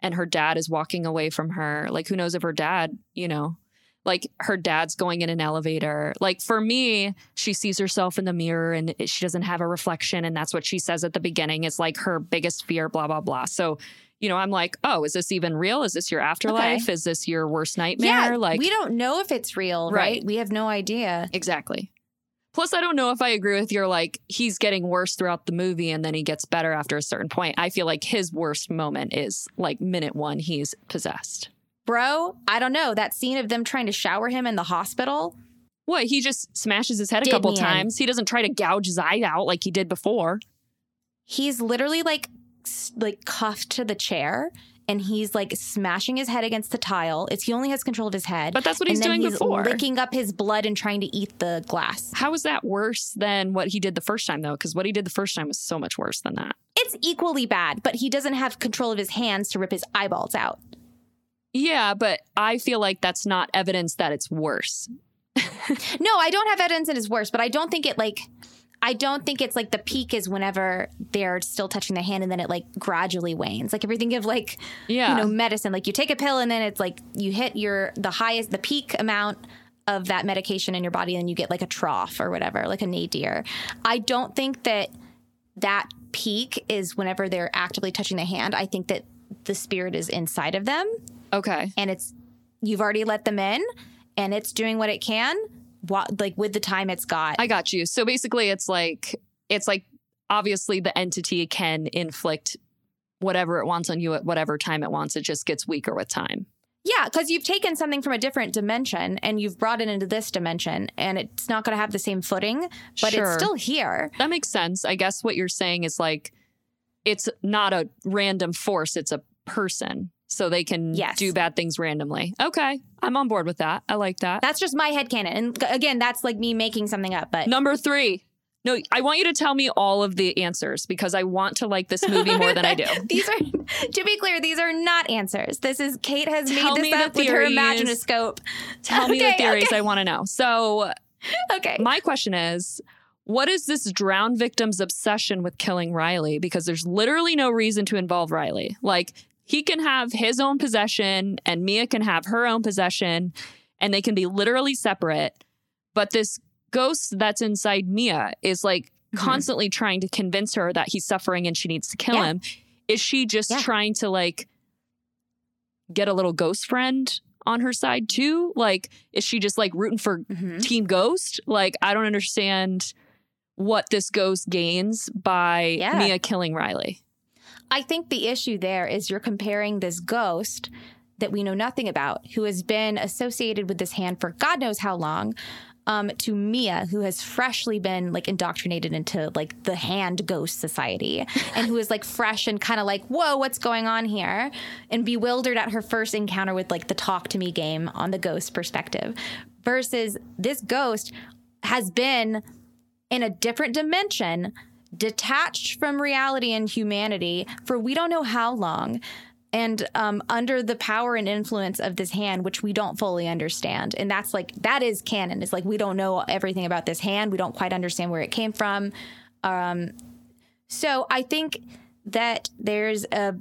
And her dad is walking away from her. Like, who knows if her dad, you know, like her dad's going in an elevator. Like, for me, she sees herself in the mirror and it- she doesn't have a reflection. And that's what she says at the beginning. It's like her biggest fear, blah, blah, blah. So, you know, I'm like, oh, is this even real? Is this your afterlife? Is this your worst nightmare?
yeah,
like,
we don't know if it's real,
Right.
right? We have no idea.
Exactly. Plus, I don't know if I agree with your like he's getting worse throughout the movie and then he gets better after a certain point. I feel like his worst moment is like minute one, he's possessed.
Bro, I don't know. That scene of them trying to shower him in the hospital.
What he just smashes his head a
Did
couple
me in.
times. He doesn't try to gouge his eye out like he did before.
He's literally like s- like cuffed to the chair and he's like smashing his head against the tile. It's he only has control of his head.
But that's what he's
and then
doing
he's
before.
licking up his blood and trying to eat the glass.
How is that worse than what he did the first time though? Because what he did the first time was so much worse than that.
It's equally bad, but he doesn't have control of his hands to rip his eyeballs out.
Yeah, but I feel like that's not evidence that it's worse.
No, I don't have evidence that it's worse, but I don't think it like I don't think it's like the peak is whenever they're still touching their hand and then it like gradually wanes. Like if you think of like
Yeah.
you know medicine like you take a pill and then it's like you hit your the highest the peak amount of that medication in your body and you get like a trough or whatever like a nadir i don't think that that peak is whenever they're actively touching the hand i think that the spirit is inside of them
okay.
and it's you've already let them in and it's doing what it can what, like with the time it's got
I got you. So basically, it's like it's like obviously the entity can inflict whatever it wants on you at whatever time it wants. It just gets weaker with time.
Yeah, because you've taken something from a different dimension and you've brought it into this dimension, and it's not going to have the same footing, but
Sure.
it's still here.
That makes sense. I guess what you're saying is like it's not a random force; it's a person, so they can
Yes.
do bad things randomly. Okay, I'm on board with that. I like that.
That's just my headcanon. And g- again, that's like me making something up, but
Number three. No, I want you to tell me all of the answers because I want to like this movie more than I do.
These are, to be clear, these are not answers. This is Kate has
Tell
made
me
this
the
up with her
theories.
imaginoscope.
Tell me the
Okay,
theories
okay.
I want to know. So,
Okay.
my question is what is this drowned victim's obsession with killing Riley? Because there's literally no reason to involve Riley. Like, he can have his own possession and Mia can have her own possession and they can be literally separate. But this ghost that's inside Mia is like
Mhm.
constantly trying to convince her that he's suffering and she needs to kill
Yeah.
him. Is she just
Yeah.
trying to like get a little ghost friend on her side too? Like, is she just like rooting for
Mhm.
Team Ghost. Like, I don't understand what this ghost gains by
Yeah.
Mia killing Riley.
I think the issue there is you're comparing this ghost that we know nothing about, who has been associated with this hand for God knows how long, um, to Mia, who has freshly been like indoctrinated into like the hand ghost society and who is like fresh and kind of like, whoa, what's going on here? And bewildered at her first encounter with like the talk to me game on the ghost perspective versus this ghost has been in a different dimension, detached from reality and humanity for we don't know how long, and um, under the power and influence of this hand, which we don't fully understand. And that's like, that is canon. It's like, we don't know everything about this hand, we don't quite understand where it came from. Um, so I think that there's a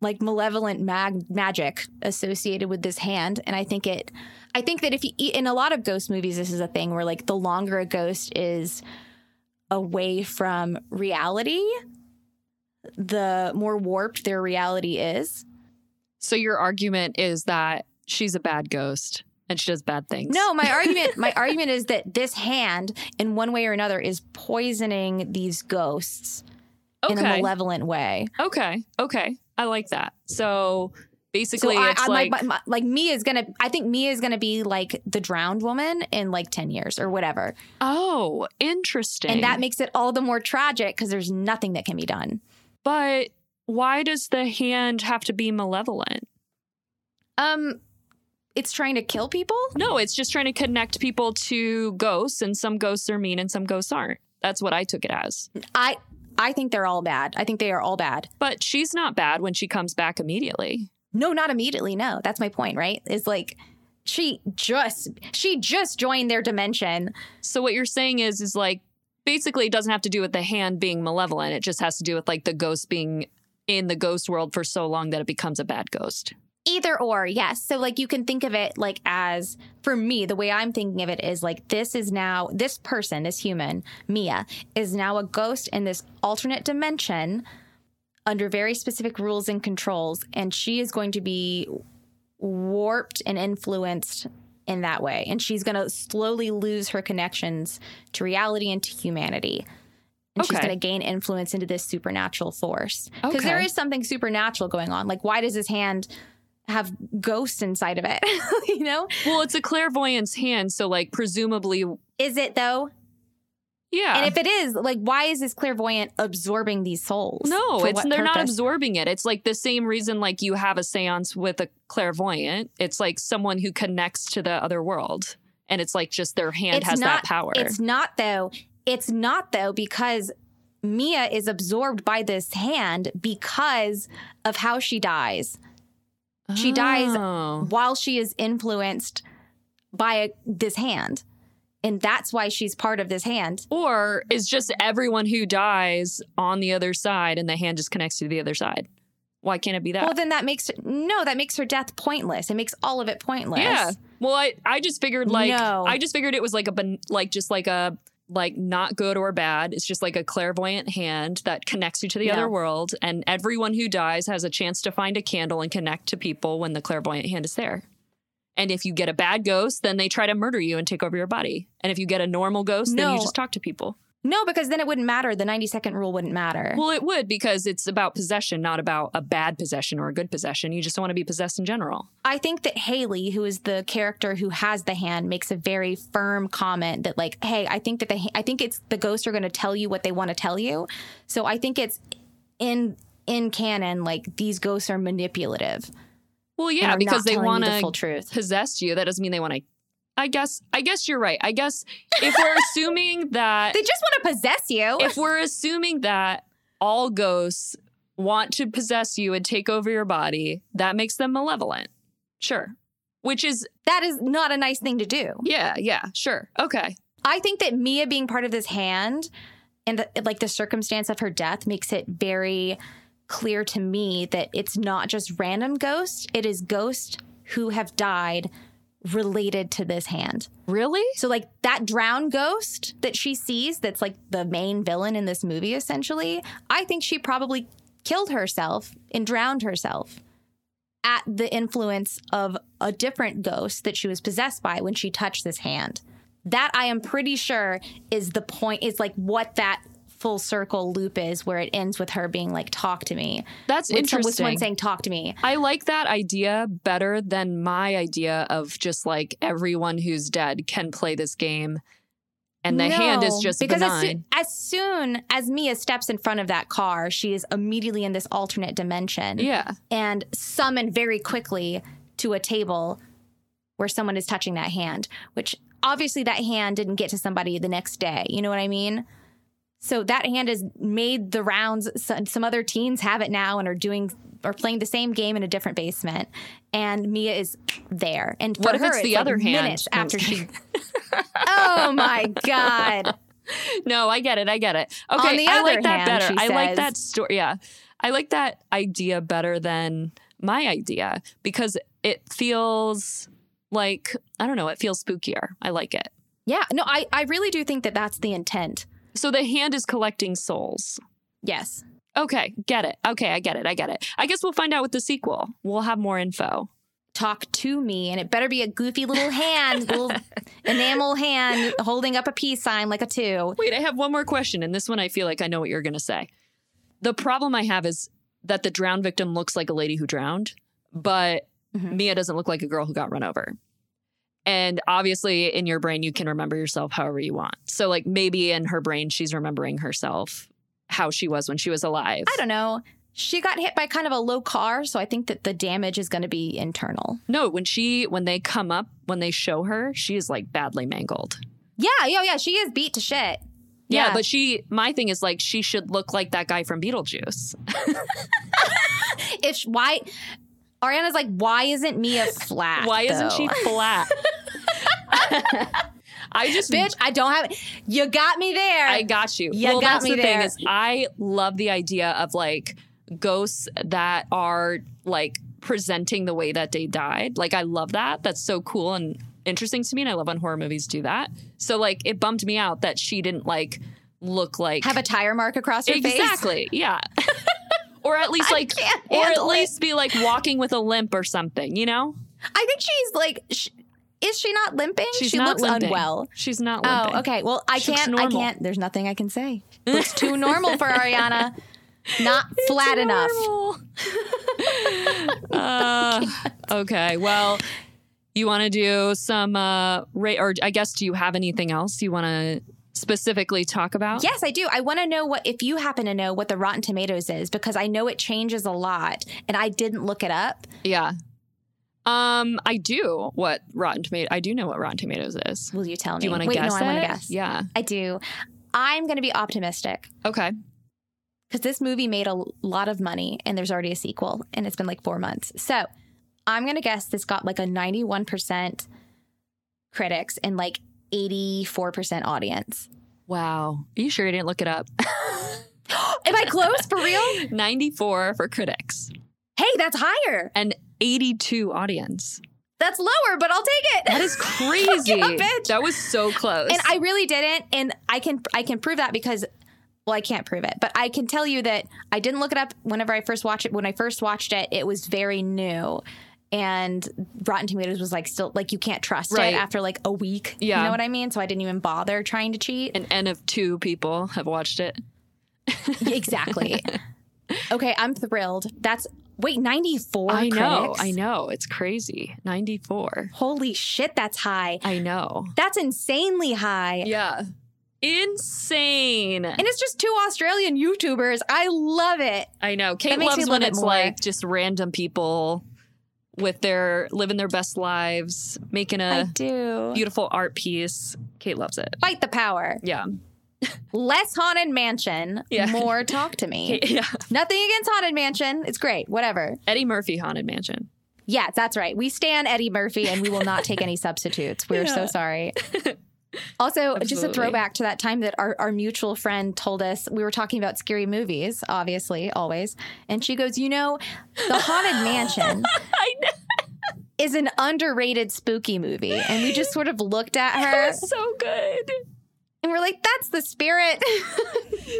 like malevolent mag- magic associated with this hand and i think it i think that if you in a lot of ghost movies this is a thing where like the longer a ghost is away from reality the more warped their reality is
So your argument is that she's a bad ghost and she does bad things.
no my argument my argument is that this hand in one way or another is poisoning these ghosts in a
Okay.
malevolent way
okay. Okay. I like that.
so
So basically,
I,
it's
I,
like,
like, my, my, like Mia is gonna. I think Mia is gonna be like the drowned woman in like ten years or whatever.
oh, interesting.
And that makes it all the more tragic because there's nothing that can be done.
but why does the hand have to be malevolent?
Um, it's trying to kill people.
No, it's just trying to connect people to ghosts, and some ghosts are mean and some ghosts aren't. That's what I took it as.
I I think they're all bad. I think they are all bad.
But she's not bad when she comes back immediately.
No, not immediately. No, that's my point. Right? Is like she just she just joined their dimension.
So what you're saying is is like basically it doesn't have to do with the hand being malevolent. It just has to do with like the ghost being in the ghost world for so long that it becomes a bad ghost.
Either or, yes. So like you can think of it like as for me, the way I'm thinking of it is like this is now this person, this human, Mia, is now a ghost in this alternate dimension under very specific rules and controls, and she is going to be warped and influenced in that way. And she's gonna slowly lose her connections to reality and to humanity. And she's
Okay.
gonna gain influence into this supernatural force. Because there
Okay.
is something supernatural going on. Like, why does his hand have ghosts inside of it? you know?
Well, it's a clairvoyance hand, so like presumably
Is it though?
yeah.
And if it is, like, why is this clairvoyant absorbing these souls?
no,
For
it's
what
they're not
purpose?
absorbing it. It's like the same reason like you have a séance with a clairvoyant. It's like someone who connects to the other world and it's like just their hand
It's
has
not-
that power.
It's not though. It's not though because Mia is absorbed by this hand because of how she dies she dies
Oh.
while she is influenced by a, this hand. And that's why she's part of this hand.
Or is just everyone who dies on the other side and the hand just connects to the other side? Why can't it be
Well,
that?
then that makes no, that makes her death pointless. It makes all of it pointless.
yeah. Well, I, I just figured like
No.
I just figured it was like a ben- like just like a like not good or bad. It's just like a clairvoyant hand that connects you to the
No.
other world, and everyone who dies has a chance to find a candle and connect to people when the clairvoyant hand is there. And if you get a bad ghost, then they try to murder you and take over your body. And if you get a normal ghost, then you
No.
just talk to people.
No, because then it wouldn't matter. The 90 second rule wouldn't matter.
Well, it would because it's about possession, not about a bad possession or a good possession. You just don't want to be possessed in general.
I think that Haley, who is the character who has the hand, makes a very firm comment that like, "Hey, I think that the I think it's the ghosts are going to tell you what they want to tell you." So I think it's in in canon like these ghosts are manipulative.
Well, yeah,
are not
because they
telling you
want
the
to
full truth.
possess you. That doesn't mean they want to I guess I guess you're right. I guess if we're assuming that
They just want to possess you.
if we're assuming that all ghosts want to possess you and take over your body, that makes them malevolent. Sure. Which is
that is not a nice thing to do.
yeah, yeah, sure. Okay.
I think that Mia being part of this hand and the, like the circumstance of her death makes it very clear to me that it's not just random ghosts, it is ghosts who have died related to this hand.
Really?
So like that drowned ghost that she sees that's like the main villain in this movie essentially, I think she probably killed herself and drowned herself at the influence of a different ghost that she was possessed by when she touched this hand. That I am pretty sure is the point is like what that full circle loop is where it ends with her being like talk to me. With
That's
some-
interesting.
with someone saying talk to me.
I like that idea better than my idea of just like everyone who's dead can play this game and the hand is
No,
just
because as,
benign.
soo- as soon as Mia steps in front of that car, she is immediately in this alternate dimension
yeah.
and summoned very quickly to a table where someone is touching that hand, which obviously that hand didn't get to somebody the next day. You know what I mean? So that hand has made the rounds. So- Some other teens have it now and are doing are playing the same game in a different basement. And Mia is there. And for
What if
her,
it's the
like
other hand?
Minutes
No, I'm
after
just
she. oh my god.
No, I get it. I get it. Okay,
the
I
other
like that
hand,
better.
she
I like
says-
that story. Yeah, I like that idea better than my idea because it feels like I don't know. It feels spookier. I like it.
Yeah, no, I, I really do think that that's the intent.
So the hand is collecting souls.
Yes.
Okay, get it. Okay, I get it. I get it. I guess we'll find out with the sequel. We'll have more info.
Talk to me, and it better be a goofy little hand, little enamel hand holding up a peace sign like a two.
Wait, I have one more question, and this one I feel like I know what you're going to say. The problem I have is that the drowned victim looks like a lady who drowned, but
Mhm.
Mia doesn't look like a girl who got run over. And obviously, in your brain, you can remember yourself however you want. So, like, maybe in her brain, she's remembering herself how she was when she was alive.
I don't know. She got hit by kind of a low car, so I think that the damage is going to be internal.
No, when she, when they come up, when they show her, she is like badly mangled.
Yeah, yeah, yeah. She is beat to shit.
Yeah, but she, my thing is like, she should look like that guy from Beetlejuice.
if why Ariana's like, why isn't Mia flat?
Why isn't she
though?
flat? I just
Bitch, I don't have. You got me there.
I got you.
You
well,
got
that's
me
the thing
there.
is, I love the idea of like ghosts that are like presenting the way that they died. Like, I love that. That's so cool and interesting to me, and I love when horror movies do that. So, like, it bumped me out that she didn't like look like
have a tire mark across her face.
exactly, yeah. Or at least like,
can't
or at
handle it.
least be like walking with a limp or something, you know?
I think she's like, sh- is she not limping?
She's
she
not
looks
limping.
unwell.
She's not limping.
Oh, okay. Well, I
She looks
can't. I
normal.
can't. There's nothing I can say. Looks too normal for Ariana. Not flat enough.
Uh, okay. Well, you want to do some uh rate or I guess do you have anything else you want to specifically talk about?
Yes, I do. I want to know what if you happen to know what the Rotten Tomatoes is because I know it changes a lot, and I didn't look it up.
Yeah. Um, I do what Rotten Tomato I do know what Rotten Tomatoes is.
Will you tell me?
Do you want to
Wait,
guess?
no, I want
it?
to guess.
Yeah.
I do. I'm going to be optimistic
Okay.
because this movie made a lot of money, and there's already a sequel, and it's been like four months. So I'm going to guess this got like a 91% critics and like 84% audience.
Wow. Are you sure you didn't look it up?
Am I close for real?
94 for critics
Hey, that's higher.
and 82 audience.
That's lower, but I'll take it.
That is crazy.
Yeah, bitch.
That was so close.
and I really didn't. And I can I can prove that because well, I can't prove it, but I can tell you that I didn't look it up whenever I first watched it. When I first watched it, it was very new. And Rotten Tomatoes was like still like you can't trust
Right.
it after like a week.
Yeah.
You know what I mean? So I didn't even bother trying to cheat.
an N of two people have watched it.
exactly. Okay, I'm thrilled. That's wait, 94
I know,
critics?
I know. It's crazy. 94.
Holy shit, that's high.
I know.
That's insanely high.
Yeah. Insane.
And it's just two Australian YouTubers. I love it.
I know. Kate
makes me
loves
love
when
it
it's
more.
like just random people with their living their best lives, making
I
a
do.
beautiful art piece. Kate loves it.
Fight the power.
Yeah.
Less haunted mansion.
Yeah.
More talk to me.
Yeah.
Nothing against haunted mansion. It's great. Whatever.
Eddie Murphy Haunted Mansion.
Yeah, that's right. We stand Eddie Murphy and we will not take any substitutes. We're so
Yeah.
sorry. Also, just a
Absolutely.
throwback to that time that our, our mutual friend told us we were talking about scary movies, obviously, always. And she goes, You know, The Haunted Mansion
I know.
is an underrated spooky movie. And we just sort of looked at her
so good.
and we're like, That's the spirit.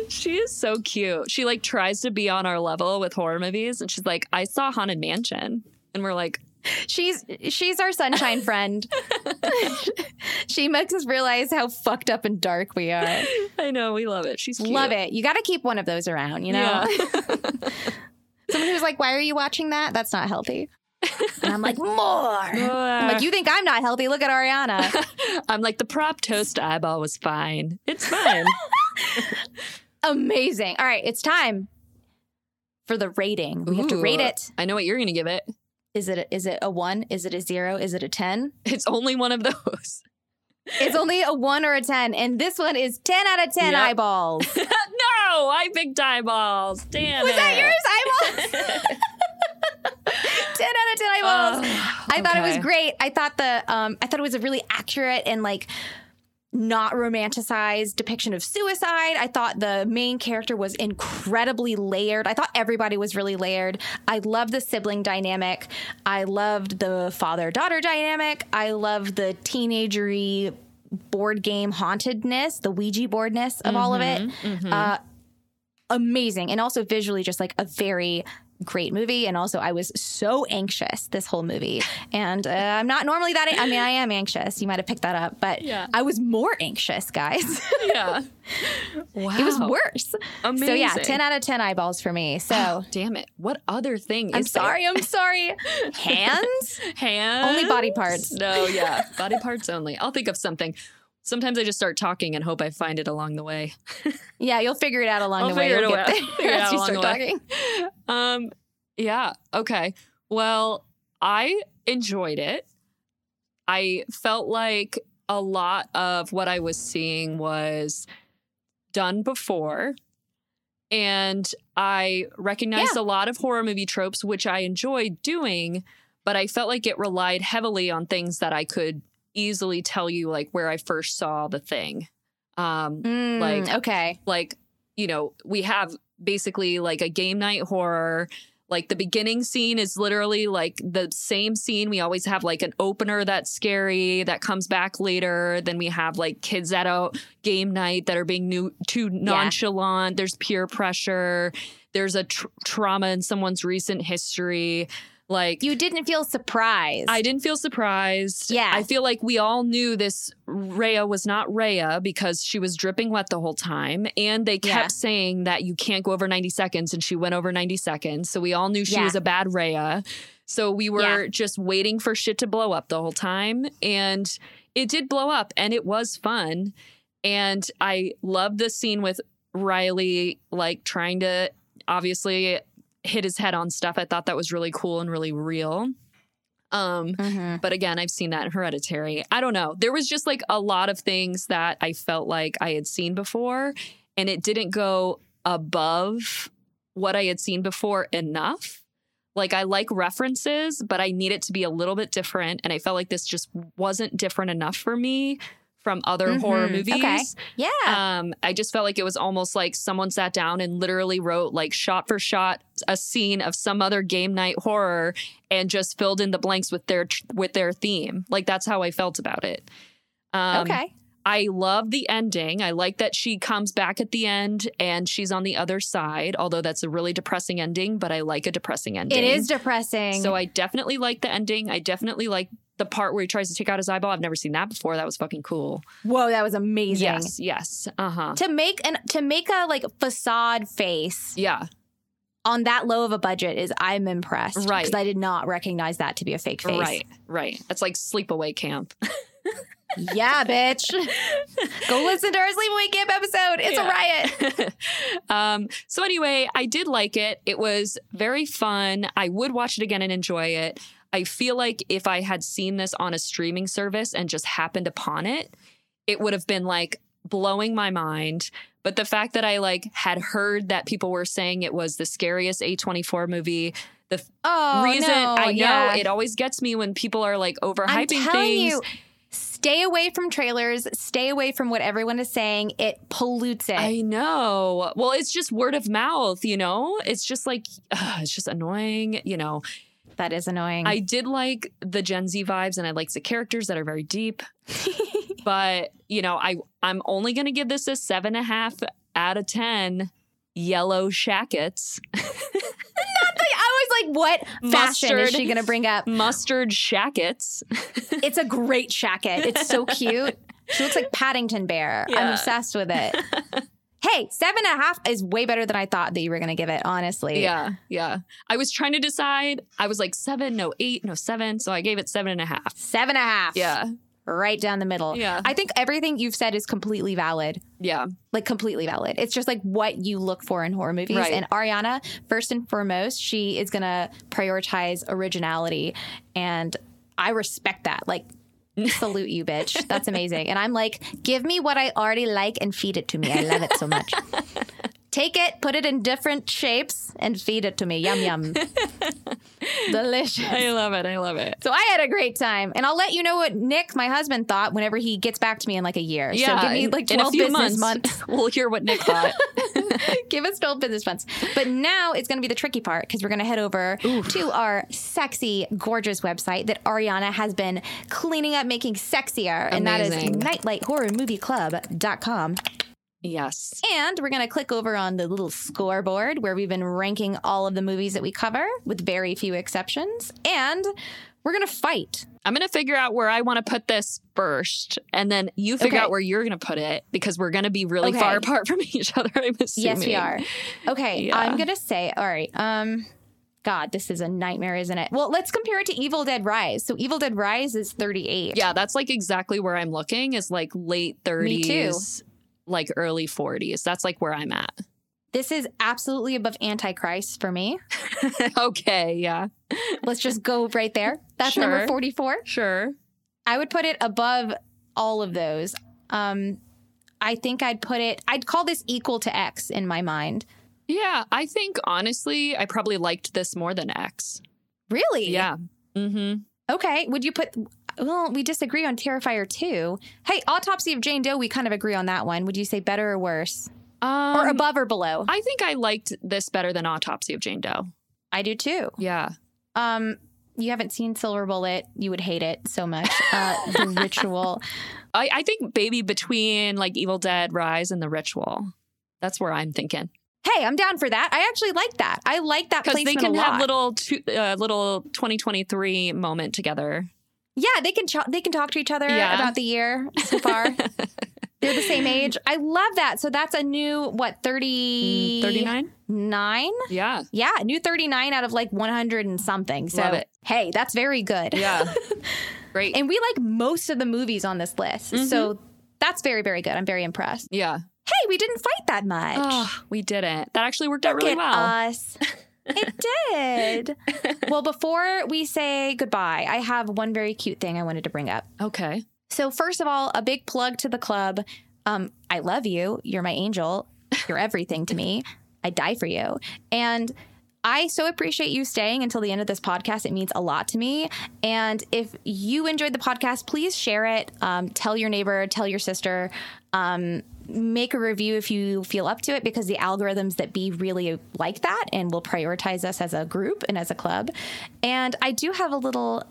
She is so cute. She like tries to be on our level with horror movies and she's like, I saw Haunted Mansion. And we're like,
she's she's our sunshine friend. she makes us realize how fucked up and dark we are.
I know, we love it. She's cute.
Love it. You got to keep one of those around, you know? Someone who's like, why are you watching that? That's not healthy. And I'm like, more. I'm like, you think I'm not healthy? Look at Ariana.
I'm like, the prop toast eyeball was fine. It's fine.
Amazing. All right, it's time for the rating. We have to
Ooh,
rate it.
I know what you're going to give it.
Is it a, is it a one? Is it a zero? Is it a ten?
It's only one of those.
It's only a one or a ten, and this one is ten out of ten
Yep.
eyeballs. Was
no, I picked eyeballs. Damn it.
that yours? Eyeballs. ten out of ten eyeballs.
Oh,
I thought it was
okay.
great. I thought the um, I thought it was a really accurate and like not romanticized depiction of suicide. I thought the main character was incredibly layered. I thought everybody was really layered. I loved the sibling dynamic. I loved the father daughter dynamic. I loved the teenagery board game hauntedness, the Ouija boardness of all of it.
Mm-hmm,
Uh, amazing and also visually just like a very great movie and also i was so anxious this whole movie and uh, i'm not normally that i mean i am anxious you might have picked that up but
Yeah.
i was more anxious guys
Yeah. Wow.
it was worse so yeah
Amazing.
10 out of 10 eyeballs for me so
Damn it. What other thing
i'm
is there?
sorry i'm sorry hands
Hands?
only body parts
No, yeah. Body parts only. I'll think of something. Sometimes I just start talking and hope I find it along the way.
yeah you'll figure it out along
I'll
the way
figure it
You'll get
out-
there
figure it
as
out
you
along
start
the way.
talking
Um yeah, okay. Well, I enjoyed it. I felt like a lot of what I was seeing was done before and I recognized a lot of horror movie tropes which I enjoyed doing, but I felt like it relied heavily on things that I could easily tell you like where I first saw the thing. Um
Mm,
Like-
okay
like you know we have basically like a game night horror like the beginning scene is literally like the same scene we always have like an opener that's scary that comes back later then we have like kids at a game night that are being new, too nonchalant there's peer pressure there's a tr- trauma in someone's recent history like
you didn't feel surprised
I didn't feel surprised.
Yeah.
I feel like we all knew this Rhea was not Rhea because she was dripping wet the whole time. And they kept
Yeah.
saying that you can't go over 90 seconds, and she went over 90 seconds. So we all knew she
Yeah.
was a bad Rhea. So we were just waiting for shit to blow up the whole time. And it did blow up and it was fun. And I loved the scene with Riley, like trying to obviously hit his head on stuff. I thought that was really cool and really real. Um,
Mhm.
but again, I've seen that in Hereditary. I don't know. There was just like a lot of things that I felt like I had seen before, and it didn't go above what I had seen before enough. Like, I like references, but I need it to be a little bit different. And I felt like this just wasn't different enough for me from other
Mhm.
horror
Okay.
movies.
yeah
Um, I just felt like it was almost like someone sat down and literally wrote like shot for shot a scene of some other game night horror and just filled in the blanks with their with their theme. Like that's how I felt about it. Um,
okay
I love the ending. I like that she comes back at the end and she's on the other side. Although that's a really depressing ending, but I like a depressing ending.
it is depressing
So I definitely like the ending. I definitely like the part where he tries to take out his eyeball. I've never seen that before. That was fucking cool.
Whoa, that was amazing.
Yes. Yes. Uh huh.
To make an to make a like facade face
Yeah.
on that low of a budget is I'm impressed.
Right.
Because I did not recognize that to be a fake face.
Right, right. That's like sleepaway camp.
yeah, bitch. Go listen to our Sleepaway Camp episode. It's
Yeah.
a riot.
um, so anyway, I did like it. It was very fun. I would watch it again and enjoy it. I feel like if I had seen this on a streaming service and just happened upon it, it would have been like blowing my mind. But the fact that I like had heard that people were saying it was the scariest A24 movie, the f-
Oh,
reason
no,
I know
yeah.
it always gets me when people are like overhyping
I'm telling
things.
you, stay away from trailers. Stay away from what everyone is saying. It pollutes it.
I know. Well, it's just word of mouth, you know? It's just like, ugh, it's just annoying, you know?
that is annoying.
I did like the Gen Z vibes and I liked the characters that are very deep. but, you know, I, I'm only going to give this a seven and a half out of 10 yellow shackets,
I was like, what fashion is
Mustard.
she going to bring up?
mustard shackets.
It's a great jacket. It's so cute. She looks like Paddington Bear. I'm
Yeah.
obsessed with it. hey, seven and a half is way better than I thought that you were going to give it, honestly.
Yeah. Yeah. I was trying to decide. I was like seven, no eight, no seven. So I gave it seven and a half.
Seven and a half.
Yeah.
Right down the middle.
Yeah.
I think everything you've said is completely valid.
Yeah.
like completely valid. It's just like what you look for in horror movies.
Right.
And Ariana, first and foremost, she is gonna prioritize originality, and I respect that. Like. Salute you, bitch. That's amazing. And I'm like, give me what I already like and feed it to me. I love it so much. Take it, put it in different shapes, and feed it to me. Yum, yum. Delicious.
I love it. I love it.
So I had a great time, and I'll let you know what Nick, my husband, thought whenever he gets back to me in like a year.
Yeah.
so give me
in-
like
in a
twelve
few
business
months, we'll hear what Nick thought.
Give us 12 business months. But now it's going to be the tricky part because we're going to head over to our sexy, gorgeous website that Ariana has been cleaning up, making sexier. And that is
Amazing.
nightlighthorrormovieclub.com.
yes.
And we're going to click over on the little scoreboard where we've been ranking all of the movies that we cover with very few exceptions. And we're going to fight.
I'm going to figure out where I want to put this first, and then you figure
Okay.
out where you're going to put it because we're going to be really
Okay.
far apart from each other. I'm assuming.
Yes, we are. Okay,
Yeah.
I'm gonna say, all right. Um, God, this is a nightmare, isn't it? Well, let's compare it to Evil Dead Rise. So Evil Dead Rise is 38.
Yeah, that's like exactly where I'm looking is like late 30s,
too.
like early 40s. That's like where I'm at.
This is absolutely above Antichrist for me.
okay. Yeah.
Let's just go right there. That's
Sure.
number 44.
Sure.
I would put it above all of those. Um, I think I'd put it. I'd call this equal to X in my mind.
Yeah. I think honestly, I probably liked this more than X.
Really?
Yeah. Mm-hmm.
Okay. Would you put? Well, we disagree on Terrifier 2. Hey, Autopsy of Jane Doe. We kind of agree on that one. Would you say better or worse?
Um,
or above or below.
I think I liked this better than Autopsy of Jane Doe.
I do too.
Yeah.
Um, you haven't seen Silver Bullet, you would hate it so much. Uh, the Ritual.
I, I think maybe between like Evil Dead Rise and The Ritual. That's where I'm thinking
Hey, I'm down for that. I actually like that. I like that
because
placement
they can
a lot.
have little two, uh, little 2023 moment together.
yeah, they can ch- they can talk to each other
Yeah.
about the year so far. They're the same age. I love that. So that's a new what
Mm,
30
39.
Nine?
Yeah,
Yeah, new 39 out of like 100 and something. So
Love it.
hey, that's very good.
yeah, great.
And we like most of the movies on this list. So
Mm-hmm.
that's very very good. I'm very impressed.
yeah,
hey, we didn't fight that much.
oh, we did it. That actually worked out
Look
really
at
well.
us. it did. well, before we say goodbye, I have one very cute thing I wanted to bring up.
okay.
So, first of all, a big plug to the club. Um, I love you. You're my angel. You're everything to me. I die for you. And I so appreciate you staying until the end of this podcast. It means a lot to me. And if you enjoyed the podcast, please share it. Um, tell your neighbor, tell your sister. Um, make a review if you feel up to it because the algorithms that be really like that and will prioritize us as a group and as a club. And I do have a little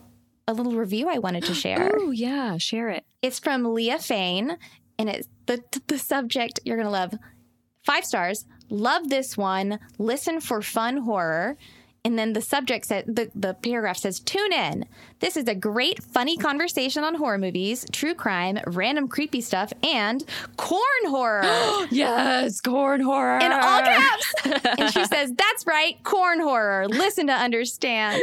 a little review I wanted to share.
Oh yeah, share it.
It's from Leah Fain, and it's the the subject you're gonna love. Five stars. Love this one. Listen for fun horror. And then the subject says the, the paragraph says, tune in. This is a great, funny conversation on horror movies, true crime, random creepy stuff, and corn horror
Yes, corn horror
in all caps. and she says, that's right, corn horror. Listen to understand.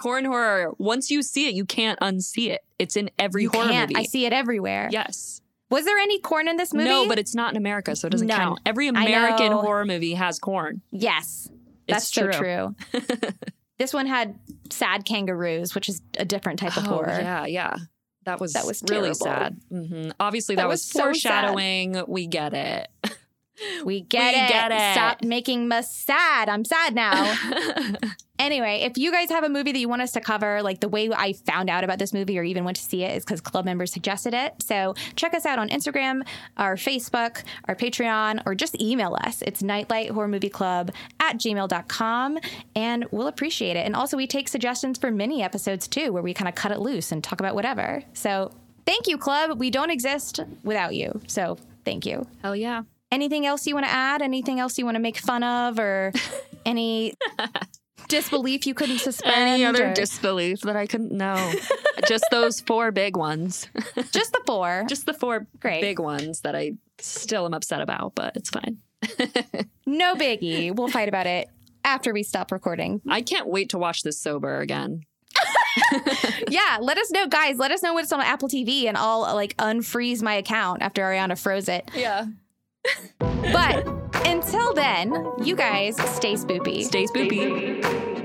Horror and horror. Once you see it, you can't unsee it. It's in every
you
horror
can't.
movie.
I see it everywhere.
Yes.
Was there any corn in this movie?
No, but it's not in America, so it doesn't
None.
count. Every
know.
American horror movie has corn.
yes,
It's
that's so true. this one had sad kangaroos, which is a different type of
Oh,
horror.
yeah, yeah. That was
That was
really
terrible.
sad. hmm Obviously, that,
That
was,
was so sad.
foreshadowing. We get it.
We get
We
it.
get it.
Stop making me sad. I'm sad now. anyway, if you guys have a movie that you want us to cover, like the way I found out about this movie or even went to see it is because club members suggested it. So check us out on Instagram, our Facebook, our Patreon, or just email us. It's nightlight horror movie club at gmail.com and we'll appreciate it. And also we take suggestions for mini episodes too, where we kind of cut it loose and talk about whatever. So thank you, club. We don't exist without you. So thank you
Hell yeah.
anything else you want to add anything else you want to make fun of or any disbelief you couldn't suspend
Any other
or-
disbelief that I couldn't know? Just those four big ones.
just the four
Just the four
Great.
big ones that I still am upset about, but it's fine.
no biggie we'll fight about it after we stop recording
I can't wait to watch this sober again.
yeah let us know guys let us know what's on apple tv and i'll like unfreeze my account after ariana froze it
Yeah.
but until then you guys stay spoopy
Stay spoopy.